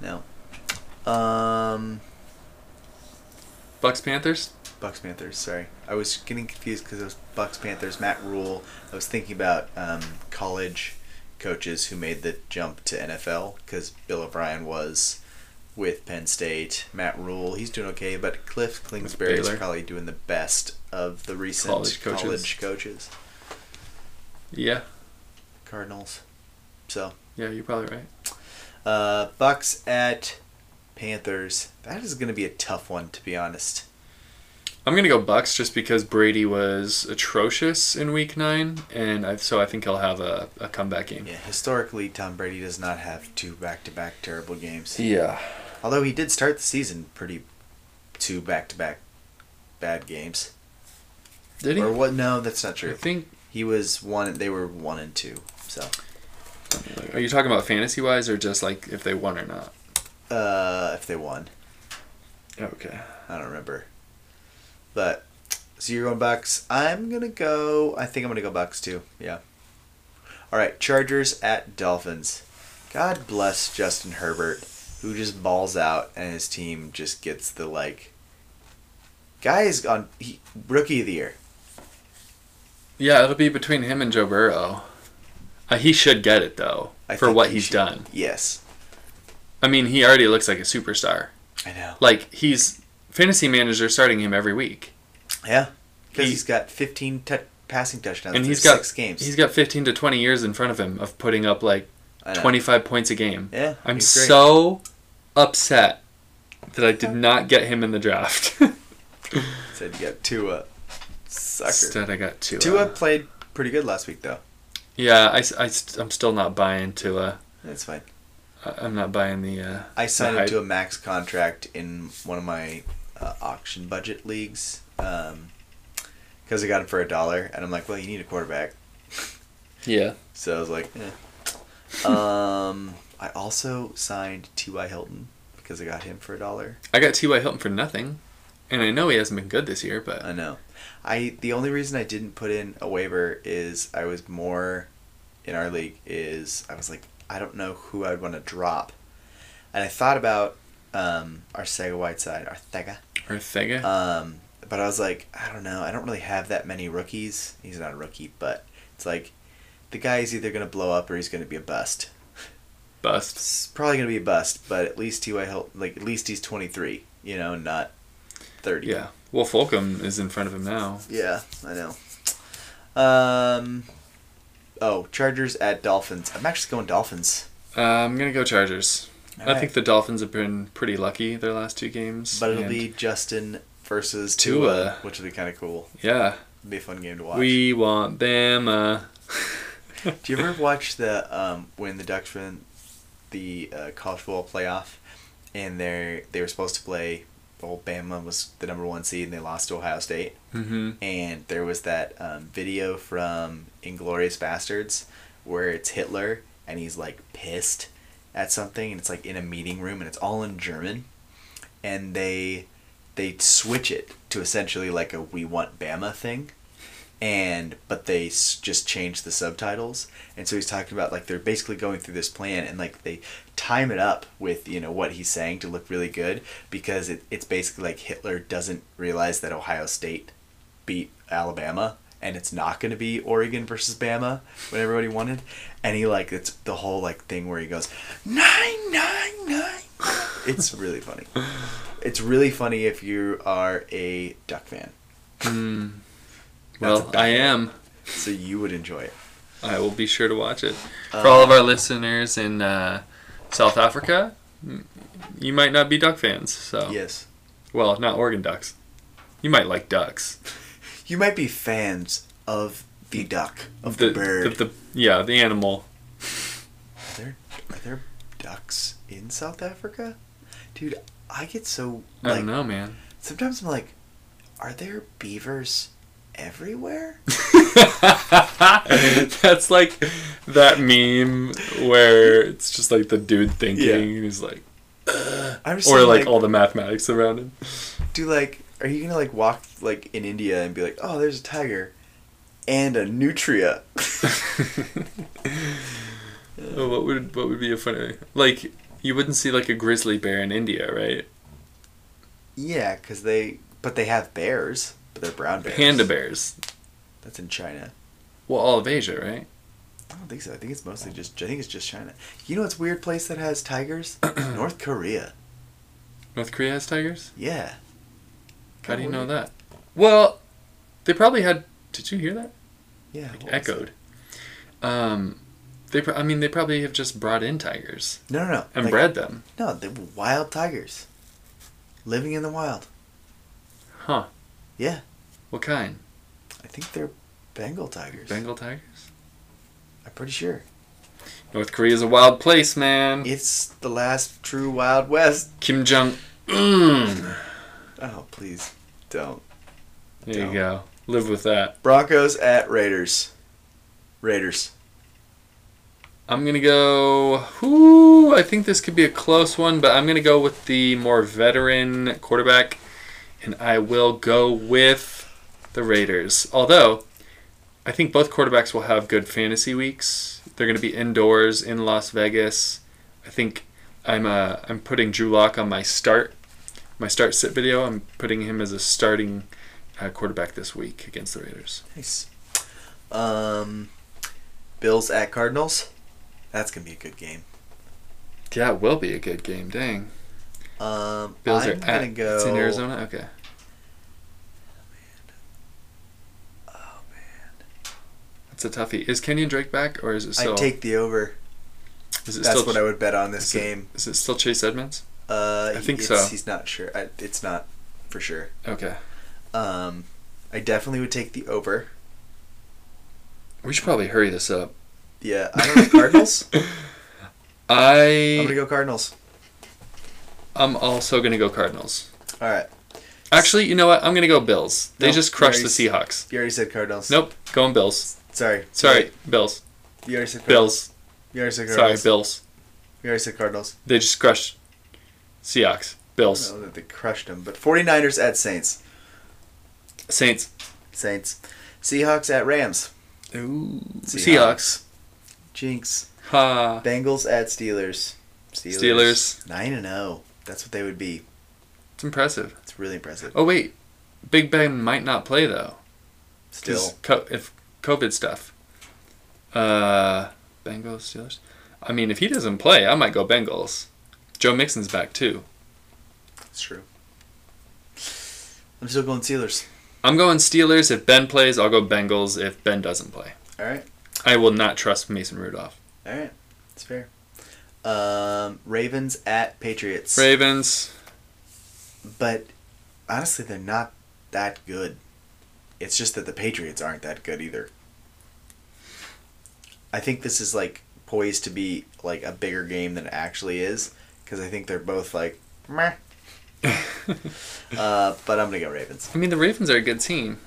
Speaker 1: No. Um,
Speaker 2: Bucks Panthers.
Speaker 1: Bucks Panthers. Sorry, I was getting confused because it was Bucks Panthers. Matt Rule. I was thinking about um, college coaches who made the jump to NFL because Bill O'Brien was with Penn State. Matt Rule, he's doing okay, but Cliff Kingsbury is
Speaker 2: Baylor.
Speaker 1: probably doing the best of the recent
Speaker 2: College
Speaker 1: college
Speaker 2: coaches.
Speaker 1: coaches.
Speaker 2: Yeah,
Speaker 1: Cardinals. So
Speaker 2: yeah, you're probably right.
Speaker 1: uh, Bucks at Panthers. That is going to be a tough one to be honest.
Speaker 2: I'm gonna go Bucks just because Brady was atrocious in Week Nine, and I, so I think he'll have a, a comeback game.
Speaker 1: Yeah, historically, Tom Brady does not have two back-to-back terrible games.
Speaker 2: Yeah.
Speaker 1: Although he did start the season pretty two back to back bad games.
Speaker 2: Did he?
Speaker 1: Or what no, that's not
Speaker 2: I
Speaker 1: true.
Speaker 2: think.
Speaker 1: He was one they were one and two. So
Speaker 2: Are you talking about fantasy wise or just like if they won or not?
Speaker 1: uh if they won.
Speaker 2: Okay.
Speaker 1: I don't remember. But so you're going Bucks. I'm gonna go I think I'm gonna go Bucks too. Yeah. Alright, Chargers at Dolphins. God bless Justin Herbert, who just balls out and his team just gets the like guy is on he, rookie of the year.
Speaker 2: Yeah, it'll be between him and Joe Burrow. Uh, he should get it though
Speaker 1: I
Speaker 2: for
Speaker 1: think
Speaker 2: what
Speaker 1: he
Speaker 2: he's
Speaker 1: should-
Speaker 2: done.
Speaker 1: Yes,
Speaker 2: I mean, he already looks like a superstar.
Speaker 1: I know.
Speaker 2: Like he's fantasy managers are starting him every week,
Speaker 1: Yeah, because
Speaker 2: He-
Speaker 1: he, has got 15 tou passing touchdowns
Speaker 2: and
Speaker 1: in
Speaker 2: he's got
Speaker 1: six games.
Speaker 2: he's got 15 to 20 years in front of him of putting up like
Speaker 1: I know.
Speaker 2: 25 points a game.
Speaker 1: Yeah,
Speaker 2: I'm
Speaker 1: he's great.
Speaker 2: so upset that I did not get him in
Speaker 1: (laughs)
Speaker 2: the draft.
Speaker 1: Said you got Tua. Sucker.
Speaker 2: Instead, I got Tua.
Speaker 1: Tua played pretty good last week though.
Speaker 2: Yeah, I, am still not buying Tua.
Speaker 1: That's fine.
Speaker 2: I- I'm not buying the. Uh,
Speaker 1: I signed
Speaker 2: hype.
Speaker 1: him to a max contract in one of my uh, auction budget leagues because I got him for a dollar, and I'm like, well, you need a quarterback,
Speaker 2: yeah.
Speaker 1: so I was like,
Speaker 2: (laughs)
Speaker 1: eh. um, I also signed T.Y. Hilton because I got him for a dollar.
Speaker 2: I got T.Y. Hilton for nothing. And I know he hasn't been good this year, but.
Speaker 1: I know. I the only reason I didn't put in a waiver is I was more in our league is I was like I don't know who I'd want to drop, and I thought about um, our Sega Whiteside, our Sega,
Speaker 2: Ortega?
Speaker 1: um, but I was like I don't know I don't really have that many rookies. He's not a rookie, but it's like the guy is either gonna blow up or he's gonna be a bust.
Speaker 2: Bust.
Speaker 1: It's probably gonna be a bust, but at least T.Y. Hilton, like at least he's twenty three, you know, not thirty.
Speaker 2: Yeah. Well, Fulcom is in front of him now.
Speaker 1: Yeah, I know. Um, oh, Chargers at Dolphins. I'm actually going Dolphins,
Speaker 2: Uh, I'm going to go Chargers.
Speaker 1: All
Speaker 2: I
Speaker 1: right.
Speaker 2: think the Dolphins have been pretty lucky their last two games.
Speaker 1: but it'll
Speaker 2: and-
Speaker 1: be Justin versus Tua,
Speaker 2: Tua.
Speaker 1: which will be kind of cool.
Speaker 2: Yeah.
Speaker 1: It'll be a fun game to watch.
Speaker 2: We want them. Uh, (laughs)
Speaker 1: Do you ever watch the um, when the Ducks win the uh, college football playoff, and they they were supposed to play. Alabama was the number one seed, and they lost to Ohio State.
Speaker 2: hmm
Speaker 1: and there was that um, video from Inglorious Bastards where it's Hitler and he's like pissed at something and it's like in a meeting room and it's all in German and they they switch it to essentially like a we want Bama thing and but they s- just change the subtitles and so he's talking about like they're basically going through this plan and like they time it up with you know what he's saying to look really good because it, it's basically like hitler doesn't realize that ohio state beat alabama and it's not going to be oregon versus bama when everybody wanted and he like it's the whole like thing where he goes nine nine nine it's really funny it's really funny if you are a duck fan
Speaker 2: mm-hmm. Well,
Speaker 1: bad
Speaker 2: I am.
Speaker 1: so you would enjoy it
Speaker 2: I will be sure to watch it.
Speaker 1: Uh,
Speaker 2: For all of our listeners in uh, South Africa, m- you might not be duck fans. So,
Speaker 1: yes
Speaker 2: well, not Oregon ducks. You might like ducks.
Speaker 1: You might be fans of the duck, of the, bird.
Speaker 2: The, the- yeah, the animal.
Speaker 1: Are, there, are there ducks in South Africa? Dude, I get so
Speaker 2: I
Speaker 1: like
Speaker 2: don't know, man. (laughs)
Speaker 1: sometimes I'm like, are there beavers everywhere?
Speaker 2: That's like that meme where it's just like the dude thinking,
Speaker 1: Yeah.
Speaker 2: and he's like,
Speaker 1: I'm just
Speaker 2: or
Speaker 1: saying,
Speaker 2: like, all the mathematics
Speaker 1: (laughs)
Speaker 2: around him. (laughs)
Speaker 1: do like are you gonna like walk like in India and be like, oh, there's a tiger, and a nutria? (laughs)
Speaker 2: Oh, what would what would be a funny like? You wouldn't see like a grizzly bear in India, right?
Speaker 1: yeah, because they but they have bears, but they're brown bears.
Speaker 2: Panda bears.
Speaker 1: That's in China.
Speaker 2: Well, all of Asia, right?
Speaker 1: I don't think so. I think it's mostly just. I think it's just China. You know what's a weird place that has
Speaker 2: (clears throat)
Speaker 1: tigers? North Korea.
Speaker 2: North Korea has tigers?
Speaker 1: Yeah.
Speaker 2: How do you know
Speaker 1: Kinda
Speaker 2: that? Well, they probably had. Did you hear that?
Speaker 1: weird. Yeah.
Speaker 2: Like,
Speaker 1: what was
Speaker 2: echoed. Um, they. pro- I mean, they probably have just brought in tigers
Speaker 1: that? No, no, no.
Speaker 2: and
Speaker 1: Like,
Speaker 2: bred them.
Speaker 1: No, they were wild tigers. Living in the wild.
Speaker 2: Huh?
Speaker 1: Yeah.
Speaker 2: What kind?
Speaker 1: I think they're Bengal tigers.
Speaker 2: Bengal tigers.
Speaker 1: I'm pretty sure.
Speaker 2: North Korea's a wild place, man.
Speaker 1: It's the last true Wild West.
Speaker 2: Kim Jong. Un.
Speaker 1: Oh, please don't.
Speaker 2: There
Speaker 1: Don't.
Speaker 2: you go. Live with that.
Speaker 1: Broncos at Raiders. Raiders.
Speaker 2: I'm gonna go. Ooh, I think this could be a close one, but I'm gonna go with the more veteran quarterback, and I will go with the Raiders. Although, I think both quarterbacks will have good fantasy weeks. They're gonna be indoors in Las Vegas. I think I'm uh, I'm putting Drew Lock on my start, my start sit video. I'm putting him as a starting uh, quarterback this week against the Raiders.
Speaker 1: Nice. Um, Bills at Cardinals. That's gonna be a good game.
Speaker 2: Yeah, it will be a good game. Dang.
Speaker 1: Um,
Speaker 2: Bills
Speaker 1: I'm
Speaker 2: are
Speaker 1: gonna
Speaker 2: at.
Speaker 1: go.
Speaker 2: It's in Arizona. Okay.
Speaker 1: Oh man,
Speaker 2: That's a toughie. Is Kenyon Drake back, or is it
Speaker 1: I
Speaker 2: still?
Speaker 1: take the over.
Speaker 2: is it
Speaker 1: That's
Speaker 2: still?
Speaker 1: what I would bet on this
Speaker 2: is it-
Speaker 1: game.
Speaker 2: Is it still Chase Edmonds?
Speaker 1: Uh,
Speaker 2: I think
Speaker 1: it's,
Speaker 2: so.
Speaker 1: He's not sure. I, it's not for sure.
Speaker 2: Okay.
Speaker 1: Um, I definitely would take the over.
Speaker 2: We should probably hurry this up.
Speaker 1: Yeah, I don't know,
Speaker 2: (laughs)
Speaker 1: Cardinals. I'm gonna
Speaker 2: I
Speaker 1: go Cardinals.
Speaker 2: I'm also gonna go Cardinals.
Speaker 1: All right,
Speaker 2: Actually, you know what? I'm gonna go Bills. They
Speaker 1: No,
Speaker 2: just crushed the
Speaker 1: Mary's-
Speaker 2: Seahawks.
Speaker 1: you already said Cardinals.
Speaker 2: Nope, going Bills.
Speaker 1: Sorry.
Speaker 2: Sorry, Bills.
Speaker 1: You already said Cardinals.
Speaker 2: Bills.
Speaker 1: You already said
Speaker 2: Sorry,
Speaker 1: Cardinals.
Speaker 2: Bills.
Speaker 1: You already said Cardinals.
Speaker 2: They just crushed Seahawks.
Speaker 1: I
Speaker 2: Bills.
Speaker 1: don't know that they crushed them, but 49ers at Saints.
Speaker 2: Saints.
Speaker 1: Saints. Seahawks at Rams.
Speaker 2: Ooh.
Speaker 1: Seahawks. Jinx.
Speaker 2: Ha.
Speaker 1: Bengals at Steelers.
Speaker 2: Steelers.
Speaker 1: Nine and zero. That's what they would be.
Speaker 2: It's impressive.
Speaker 1: It's really impressive.
Speaker 2: Oh wait, Big Ben might not play though.
Speaker 1: Still,
Speaker 2: Still, co- if COVID stuff. Uh, Bengals, Steelers. I mean, if he doesn't play, I might go Bengals. Joe Mixon's back too.
Speaker 1: it's true. I'm still going Steelers.
Speaker 2: I'm going Steelers. If Ben plays, I'll go Bengals. If Ben doesn't play,
Speaker 1: All right,
Speaker 2: I will not trust Mason Rudolph.
Speaker 1: all right, it's fair. Um, Ravens at Patriots.
Speaker 2: Ravens. (laughs)
Speaker 1: but honestly, they're not that good. It's just that the Patriots aren't that good either. I think this is like poised to be like a bigger game than it actually is because I think they're both like
Speaker 2: (laughs)
Speaker 1: meh. uh, but I'm gonna go Ravens.
Speaker 2: I mean, the Ravens are a good team.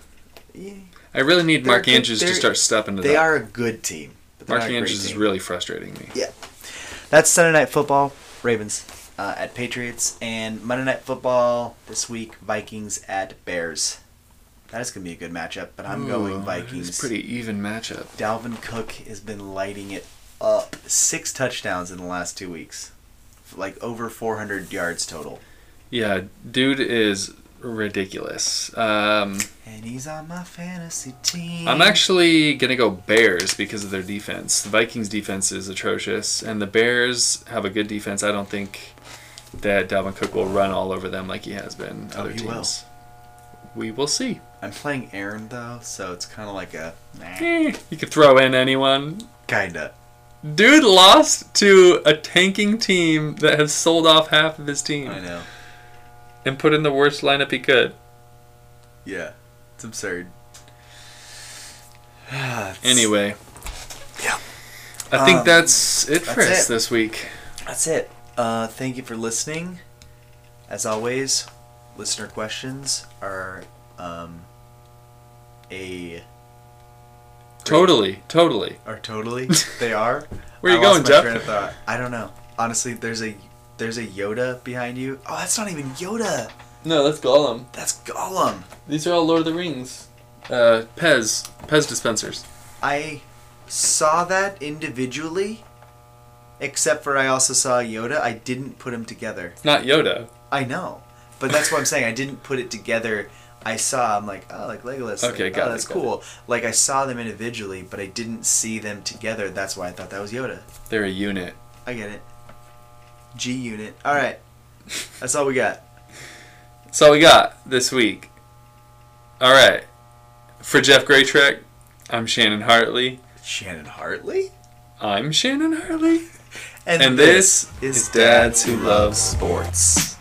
Speaker 1: Yeah.
Speaker 2: I really need
Speaker 1: They're
Speaker 2: Mark
Speaker 1: good-
Speaker 2: Andrews to
Speaker 1: they're-
Speaker 2: start stepping to
Speaker 1: They
Speaker 2: that.
Speaker 1: are a good team. But they're
Speaker 2: Mark
Speaker 1: not a great
Speaker 2: Andrews is
Speaker 1: team.
Speaker 2: really frustrating me.
Speaker 1: That's Sunday Night Football, Ravens uh, at Patriots, and Monday Night Football this week, Vikings at Bears. That is going to be a good matchup, but I'm
Speaker 2: Ooh,
Speaker 1: going Vikings.
Speaker 2: It's a pretty even matchup.
Speaker 1: Dalvin Cook has been lighting it up. Six touchdowns in the last two weeks, like over 400 yards total.
Speaker 2: Yeah, dude is ridiculous. Um,
Speaker 1: And he's on my fantasy team.
Speaker 2: I'm actually gonna go Bears because of their defense. The Vikings' defense is atrocious, and the Bears have a good defense. I don't think that Dalvin Cook will run all over them like he has been
Speaker 1: Oh,
Speaker 2: other
Speaker 1: he will.
Speaker 2: teams. We will see.
Speaker 1: I'm playing Aaron though, so it's kind of like a
Speaker 2: Eh, you could throw in anyone.
Speaker 1: kinda.
Speaker 2: Dude lost to a tanking team that has sold off half of his team
Speaker 1: I know.
Speaker 2: and put in the worst lineup he could.
Speaker 1: Yeah, it's absurd. (sighs) anyway.
Speaker 2: Anyway.
Speaker 1: Yeah.
Speaker 2: I think
Speaker 1: Um,
Speaker 2: that's it for
Speaker 1: that's
Speaker 2: us
Speaker 1: it.
Speaker 2: this week.
Speaker 1: That's it. Uh, thank you for listening. As always, listener questions are um, a
Speaker 2: Totally, totally.
Speaker 1: are
Speaker 2: (laughs)
Speaker 1: totally they are.
Speaker 2: Where you
Speaker 1: I lost
Speaker 2: going,
Speaker 1: my
Speaker 2: Jeff?
Speaker 1: train of thought. I don't know. Honestly, there's a there's a Yoda behind you. Oh, that's not even Yoda.
Speaker 2: No, that's Gollum.
Speaker 1: That's Gollum.
Speaker 2: These are all Lord of the Rings. Uh, Pez. Pez dispensers.
Speaker 1: I saw that individually, except for I also saw Yoda. I didn't put them together.
Speaker 2: Not Yoda.
Speaker 1: I know, but that's what I'm saying. I didn't put it together. I saw. I'm like, oh, like Legolas.
Speaker 2: Okay,
Speaker 1: like,
Speaker 2: got
Speaker 1: oh,
Speaker 2: it,
Speaker 1: That's
Speaker 2: got
Speaker 1: cool. Like I saw them individually, but I didn't see them together. That's why I thought that was Yoda.
Speaker 2: They're a unit.
Speaker 1: I get it. G unit. All right, that's all we got.
Speaker 2: That's all we got this week. All right. For Jeff Graytrek, I'm Shannon Hartley.
Speaker 1: Shannon Hartley.
Speaker 2: I'm Shannon Hartley.
Speaker 1: And,
Speaker 2: And this is Dads Who Love
Speaker 1: sports.